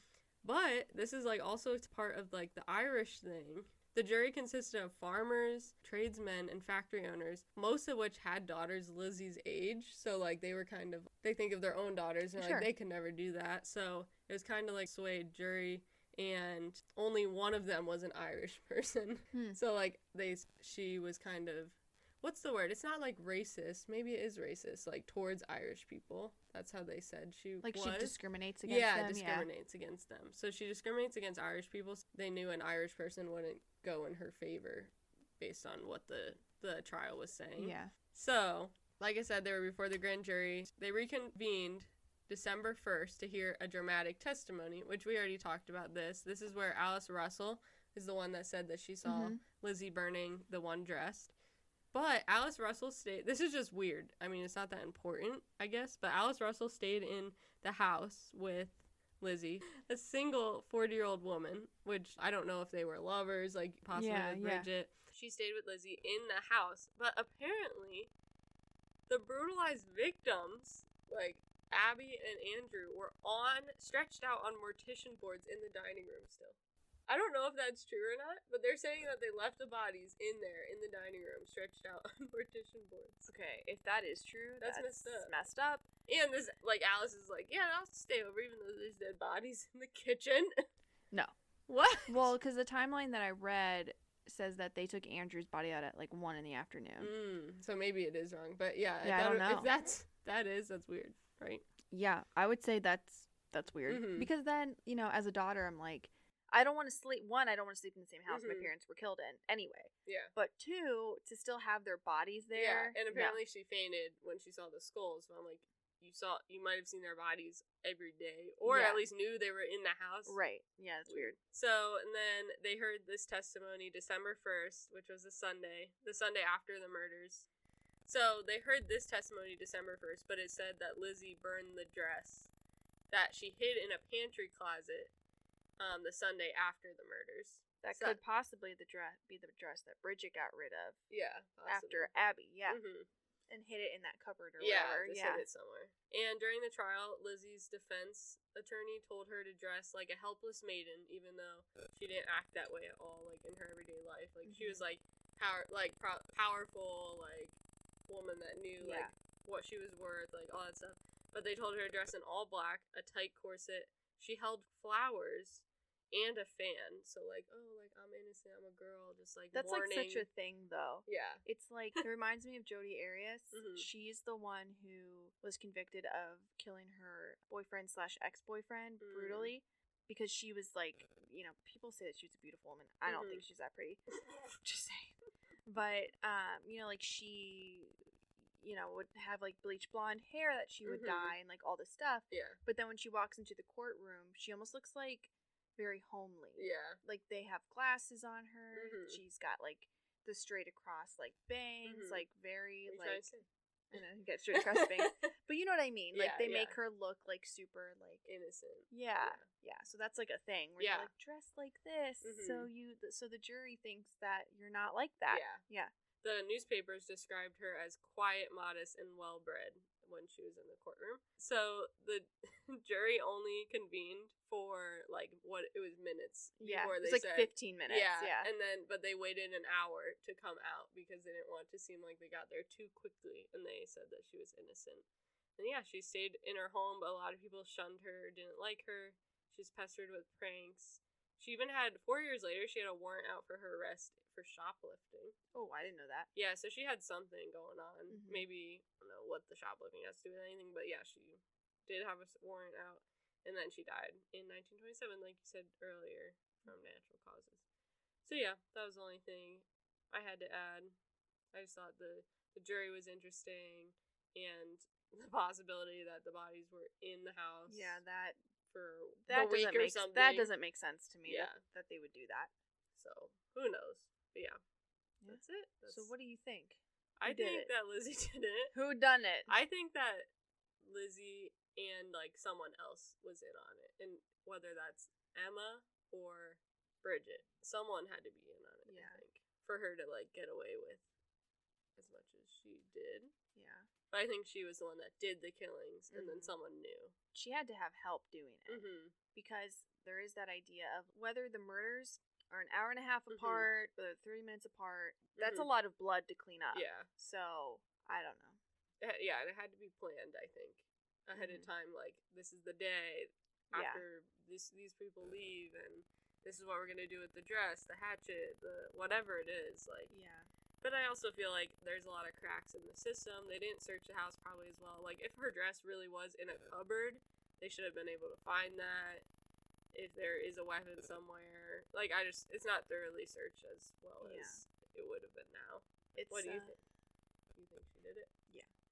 S1: But this is like also it's part of like the Irish thing. The jury consisted of farmers, tradesmen, and factory owners, most of which had daughters Lizzie's age. So like they were kind of they think of their own daughters and
S2: Sure.
S1: like they could never do that. So it was kind of like swayed jury, and only one of them was an Irish person.
S2: Hmm.
S1: So like they she was kind of what's the word? It's not like racist. Maybe it is racist like towards Irish people. That's how they said she
S2: Like
S1: was
S2: she discriminates against
S1: yeah,
S2: them.
S1: discriminates against them. So she discriminates against Irish people. so They knew an Irish person wouldn't go in her favor based on what the the trial was saying.
S2: yeah. Yeah.
S1: So, like I said, they were before the grand jury. They reconvened December 1st to hear a dramatic testimony, which we already talked about this. This is where Alice Russell is the one that said that she saw
S2: Mhm.
S1: Lizzie burning the one dressed. But Alice Russell stayed. This is just weird. I mean, it's not that important, I guess. But Alice Russell stayed in the house with Lizzie, a single 40 year old woman, which I don't know if they were lovers, like possibly
S2: Yeah,
S1: with
S2: yeah.
S1: Bridget. She stayed with Lizzie in the house, but apparently, the brutalized victims, like Abby and Andrew, were on stretched out on mortician boards in the dining room still. I don't know if that's true or not, but they're saying that they left the bodies in there in the dining room, stretched out on mortician boards.
S2: Okay, if that is true,
S1: That's messed up.
S2: messed up.
S1: And this, like, Alice is like, yeah, I'll stay over even though there's dead bodies in the kitchen.
S2: No.
S1: What?
S2: Well, because the timeline that I read says that they took Andrew's body out at like one in the afternoon.
S1: Mm, so maybe it is wrong, but yeah,
S2: Yeah, I don't
S1: that-
S2: know.
S1: if that's that is that's weird, right?
S2: Yeah, I would say that's that's weird
S1: Mhm.
S2: because then you know, as a daughter, I'm like, I don't want to sleep. One, I don't want to sleep in the same house my
S1: Mhm.
S2: parents were killed in anyway.
S1: Yeah.
S2: But two, to still have their bodies there.
S1: Yeah, and
S2: no.
S1: apparently she fainted when she saw the skulls. So I'm like, you saw, you might have seen their bodies every day, or
S2: Yeah.
S1: at least knew they were in the house.
S2: right? Yeah, it's weird.
S1: So, and then they heard this testimony December 1st, which was a Sunday, the Sunday after the murders. So they heard this testimony December 1st, but it said that Lizzie burned the dress that she hid in a pantry closet um, the Sunday after the murders.
S2: That
S1: So-
S2: could possibly the dress be the dress that Bridget got rid of
S1: Yeah.
S2: after Abby. Yeah,
S1: hmm
S2: and hid it in that cupboard or
S1: yeah,
S2: whatever.
S1: just
S2: yeah.
S1: hid it somewhere. And during the trial, Lizzie's defense attorney told her to dress like a helpless maiden, even though she didn't act that way at all, like in her everyday life. Like she
S2: Mhm.
S1: was like power, like pro- powerful, like woman that knew
S2: Yeah.
S1: like what she was worth, like all that stuff. But they told her to dress in all black, a tight corset. She held flowers and a fan, so like, oh, like I'm innocent, I'm a girl, just like
S2: That's like such a
S1: mourning.
S2: thing though.
S1: yeah.
S2: It's like it reminds me of Jodi Arias.
S1: Mhm.
S2: She's the one who was convicted of killing her boyfriend slash ex boyfriend
S1: Mm.
S2: brutally because she was like, you know, people say that she's a beautiful woman. I don't think she's that pretty. Just saying. But um, you know, like she, you know, would have like bleach blonde hair that she would
S1: Mhm.
S2: dye and like all this stuff.
S1: Yeah,
S2: But then when she walks into the courtroom, she almost looks like very homely
S1: yeah,
S2: like they have glasses on her.
S1: Mhm.
S2: She's got like the straight across like bangs,
S1: Mhm.
S2: like very
S1: What you trying
S2: like
S1: to say?
S2: I know you got straight across bangs, but you know what I mean. Like
S1: Yeah,
S2: they
S1: yeah.
S2: make her look like super like
S1: innocent.
S2: yeah. Yeah, so that's like a thing where
S1: Yeah. Mm-hmm.
S2: you're like dressed like this, so you th- so the jury thinks that you're not like that.
S1: Yeah.
S2: Yeah.
S1: The newspapers described her as quiet, modest, and well bred when she was in the courtroom. So the jury only convened for like what it was minutes
S2: Yeah,
S1: before
S2: it's
S1: they
S2: like
S1: said.
S2: 15 minutes. Yeah,
S1: and then but they waited an hour to come out because they didn't want to seem like they got there too quickly, and they said that she was innocent. And yeah, she stayed in her home, but a lot of people shunned her, didn't like her. She's pestered with pranks. She even had four years later, she had a warrant out for her arrest for shoplifting.
S2: Oh, I didn't know that.
S1: Yeah, so she had something going on.
S2: Mhm.
S1: Maybe I don't know what the shoplifting has to do with anything, but yeah, she did have a s- warrant out, and then she died in 1927, like you said earlier,
S2: Mm-hmm.
S1: from natural causes. So yeah, that was the only thing I had to add. I just thought the the jury was interesting, and the possibility that the bodies were in the house.
S2: Yeah, that
S1: for the
S2: that
S1: week
S2: doesn't
S1: or
S2: make s-
S1: something.
S2: that doesn't make sense to me.
S1: Yeah.
S2: That, that they would do that.
S1: So who knows? But yeah,
S2: Yeah.
S1: that's it. That's,
S2: so what do you think?
S1: I
S2: who did
S1: think
S2: it?
S1: that Lizzie did it.
S2: Who done it?
S1: I think that Lizzie and like someone else was in on it, and whether that's Emma or Bridget, someone had to be in on it.
S2: Yeah.
S1: I think for her to like get away with as much as she did,
S2: yeah.
S1: but I think she was the one that did the killings, and then
S2: Mhm.
S1: someone knew.
S2: She had to have help doing it.
S1: Mm-hmm.
S2: because there is that idea of whether the murders are an hour and a half
S1: Mhm.
S2: apart, whether they're 30 minutes apart. That's a lot of blood to clean up.
S1: Mm-hmm. Yeah,
S2: So I don't know.
S1: It had- yeah, it had to be planned. I think ahead
S2: Mhm.
S1: of time. Like this is the day
S2: Yeah.
S1: after this, these people leave, and this is what we're gonna do with the dress, the hatchet, the whatever it is. Like
S2: Yeah.
S1: But I also feel like there's a lot of cracks in the system. They didn't search the house probably as well. Like if her dress really was in a cupboard, they should have been able to find that. If there is a weapon somewhere, like I just, it's not thoroughly searched as well
S2: Yeah.
S1: as it would have been now.
S2: It's,
S1: What do you
S2: uh,
S1: think? You think she did it?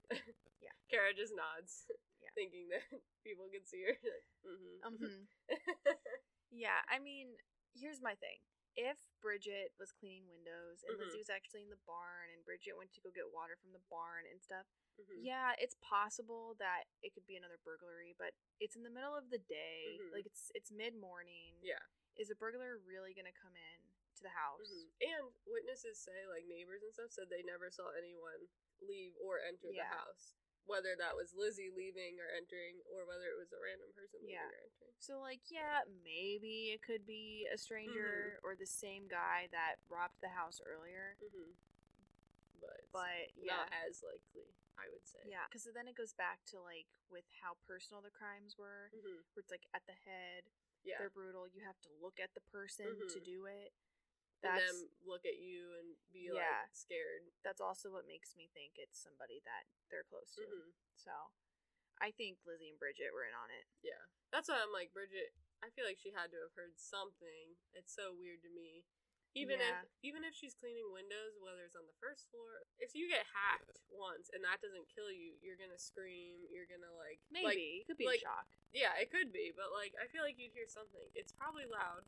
S2: Yeah. Yeah.
S1: Kara just nods,
S2: Yeah.
S1: thinking that people can see her. Like, mm-hmm.
S2: mhm. yeah, I mean, here's my thing. If Bridget was cleaning windows and
S1: Mhm.
S2: Lizzie was actually in the barn and Bridget went to go get water from the barn and stuff,
S1: Mm-hmm.
S2: yeah, it's possible that it could be another burglary, but it's in the middle of the day.
S1: Mhm.
S2: Like it's it's mid-morning.
S1: Yeah.
S2: Is a burglar really going to come in to the house?
S1: Mhm. And witnesses say, like neighbors and stuff, said they never saw anyone leave or enter
S2: Yeah.
S1: the house. Whether that was Lizzie leaving or entering, or whether it was a random person leaving
S2: Yeah.
S1: or entering.
S2: So like yeah, maybe it could be
S1: Mm-hmm.
S2: a stranger or the same guy that robbed the house earlier.
S1: Mm-hmm. But, it's
S2: But yeah.
S1: not as likely, I would say.
S2: Yeah, cuz then it goes back to like with how personal the crimes were.
S1: Mhm.
S2: Where it's like at the head,
S1: Yeah.
S2: they're brutal. You have to look at the person to
S1: Mhm.
S2: do it.
S1: and
S2: That's
S1: them look at you and be
S2: Yeah.
S1: like scared.
S2: that's also what makes me think it's somebody that they're close to.
S1: Mhm.
S2: So I think Lizzie and Bridget were in on it.
S1: Yeah. That's why I'm like, Bridget, I feel like she had to have heard something. It's so weird to me. Even
S2: Yeah.
S1: if even if she's cleaning windows, whether it's on the first floor, if you get hacked once and that doesn't kill you, you're gonna scream, you're gonna like
S2: Maybe
S1: like,
S2: it could be
S1: like-
S2: a shock.
S1: yeah, it could be, but like I feel like you'd hear something. It's probably loud.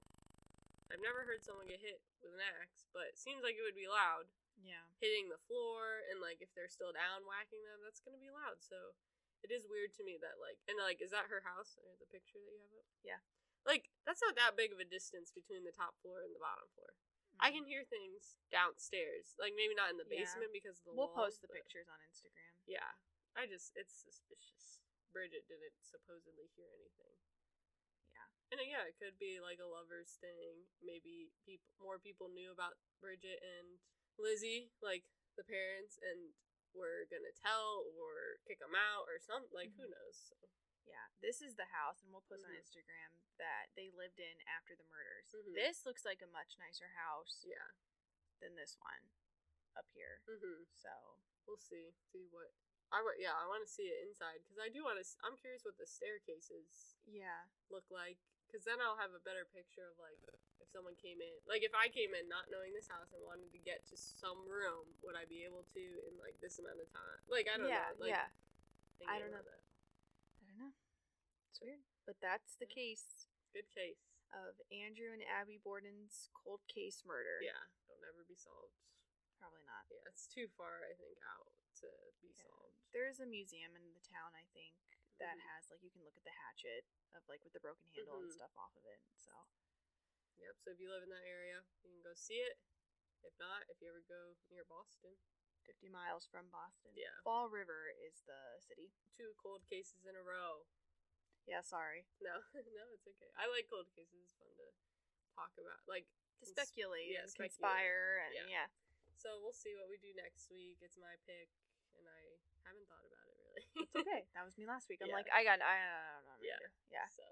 S1: I've never heard someone get hit with an axe, but it seems like it would be loud
S2: Yeah.
S1: hitting the floor and like if they're still down whacking them that's gonna be loud so it is weird to me that like and like is that her house or the picture that you have up
S2: Yeah.
S1: like that's not that big of a distance between the top floor and the bottom floor I can hear things downstairs. Like maybe not in the
S2: Mm-hmm. Yeah.
S1: basement because of the
S2: We'll
S1: walls,
S2: post the
S1: but-
S2: pictures on Instagram.
S1: Yeah. I just it's suspicious. Bridget didn't supposedly hear anything.
S2: Yeah.
S1: And uh, yeah, it could be like a lovers thing. Maybe people more people knew about Bridget and Lizzie, like the parents, and were gonna tell or kick them out or something. Like who
S2: Mhm.
S1: knows? So.
S2: Yeah, this is the house, and we'll post
S1: Mhm.
S2: on Instagram that they lived in after the murders.
S1: Mhm.
S2: This looks like a much nicer house
S1: Yeah.
S2: than this one up here.
S1: hmm
S2: So
S1: We'll see. See what. I wa- yeah, I want to see it inside because I do want to. I'm curious what the staircases
S2: yeah,
S1: look like because then i'll have a better picture of like if someone came in like if i came in not knowing this house and wanted to get to some room would i be able to in like this amount of time like i don't
S2: yeah,
S1: know like,
S2: yeah.
S1: thinking
S2: I don't
S1: about that.
S2: I don't know. It's weird, but that's the case
S1: good case
S2: of Andrew and Abby Borden's cold case murder.
S1: yeah it'll never be solved
S2: probably not.
S1: yeah it's too far i think out to be
S2: Yeah.
S1: solved
S2: There is a museum in the town, I think, that
S1: Mhm.
S2: has like you can look at the hatchet of like with the broken handle
S1: Mhm.
S2: and stuff off of it. So
S1: yep so if you live in that area you can go see it if not if you ever go near boston
S2: 50 miles from Boston.
S1: Yeah.
S2: Fall River is the city.
S1: two cold cases in a row
S2: Yeah, sorry.
S1: no no it's okay i like cold cases it's fun to talk about like
S2: To
S1: Cons-
S2: speculate
S1: yeah,
S2: and
S1: speculate.
S2: conspire and
S1: Yeah.
S2: yeah.
S1: So we'll see what we do next week. It's my pick, and I haven't thought about it really.
S2: It's okay. that was me last week. I'm
S1: Yeah.
S2: like, I got, I don't know.
S1: Yeah.
S2: Yeah.
S1: So,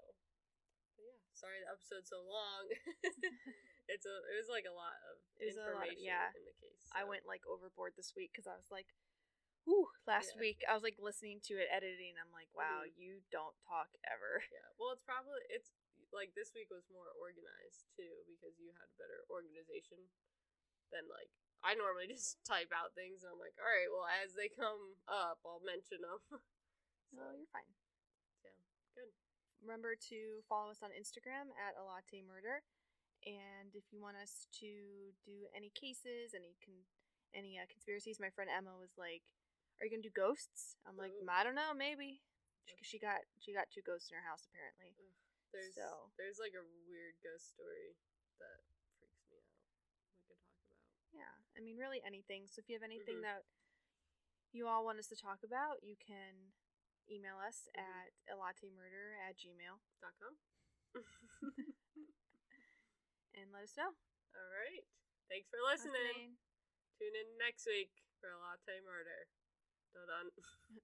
S1: but yeah. Sorry the episode's so long. it's a. It was like a lot of
S2: It was a lot of-
S1: information
S2: yeah.
S1: in the case.
S2: I
S1: so.
S2: went like overboard this week because I was like, whew, last
S1: Yeah.
S2: week I was like listening to it, editing. I'm like, wow,
S1: Mhm.
S2: you don't talk ever.
S1: Yeah. Well, it's probably it's like this week was more organized too because you had better organization than like I normally just type out things and I'm like, all right, well as they come up, I'll mention them. so
S2: No, Oh, you're fine.
S1: Yeah. Good.
S2: Remember to follow us on Instagram at a latte murder. And if you want us to do any cases, any con- any uh, conspiracies, my friend Emma was like, "Are you gonna do ghosts?" I'm like,
S1: Ooh.
S2: "I don't know, maybe." She, she got she got two ghosts in her house apparently.
S1: There's
S2: So-
S1: there's like a weird ghost story that freaks me out. We could talk about.
S2: Yeah, I mean, really anything. So if you have anything
S1: Mhm.
S2: that you all want us to talk about, you can email us
S1: Mhm.
S2: at elattemurder at gmail
S1: Dot com.
S2: and let us know.
S1: All right. Thanks for listening.
S2: Listening.
S1: Tune in next week for a latte murder. Dun dun.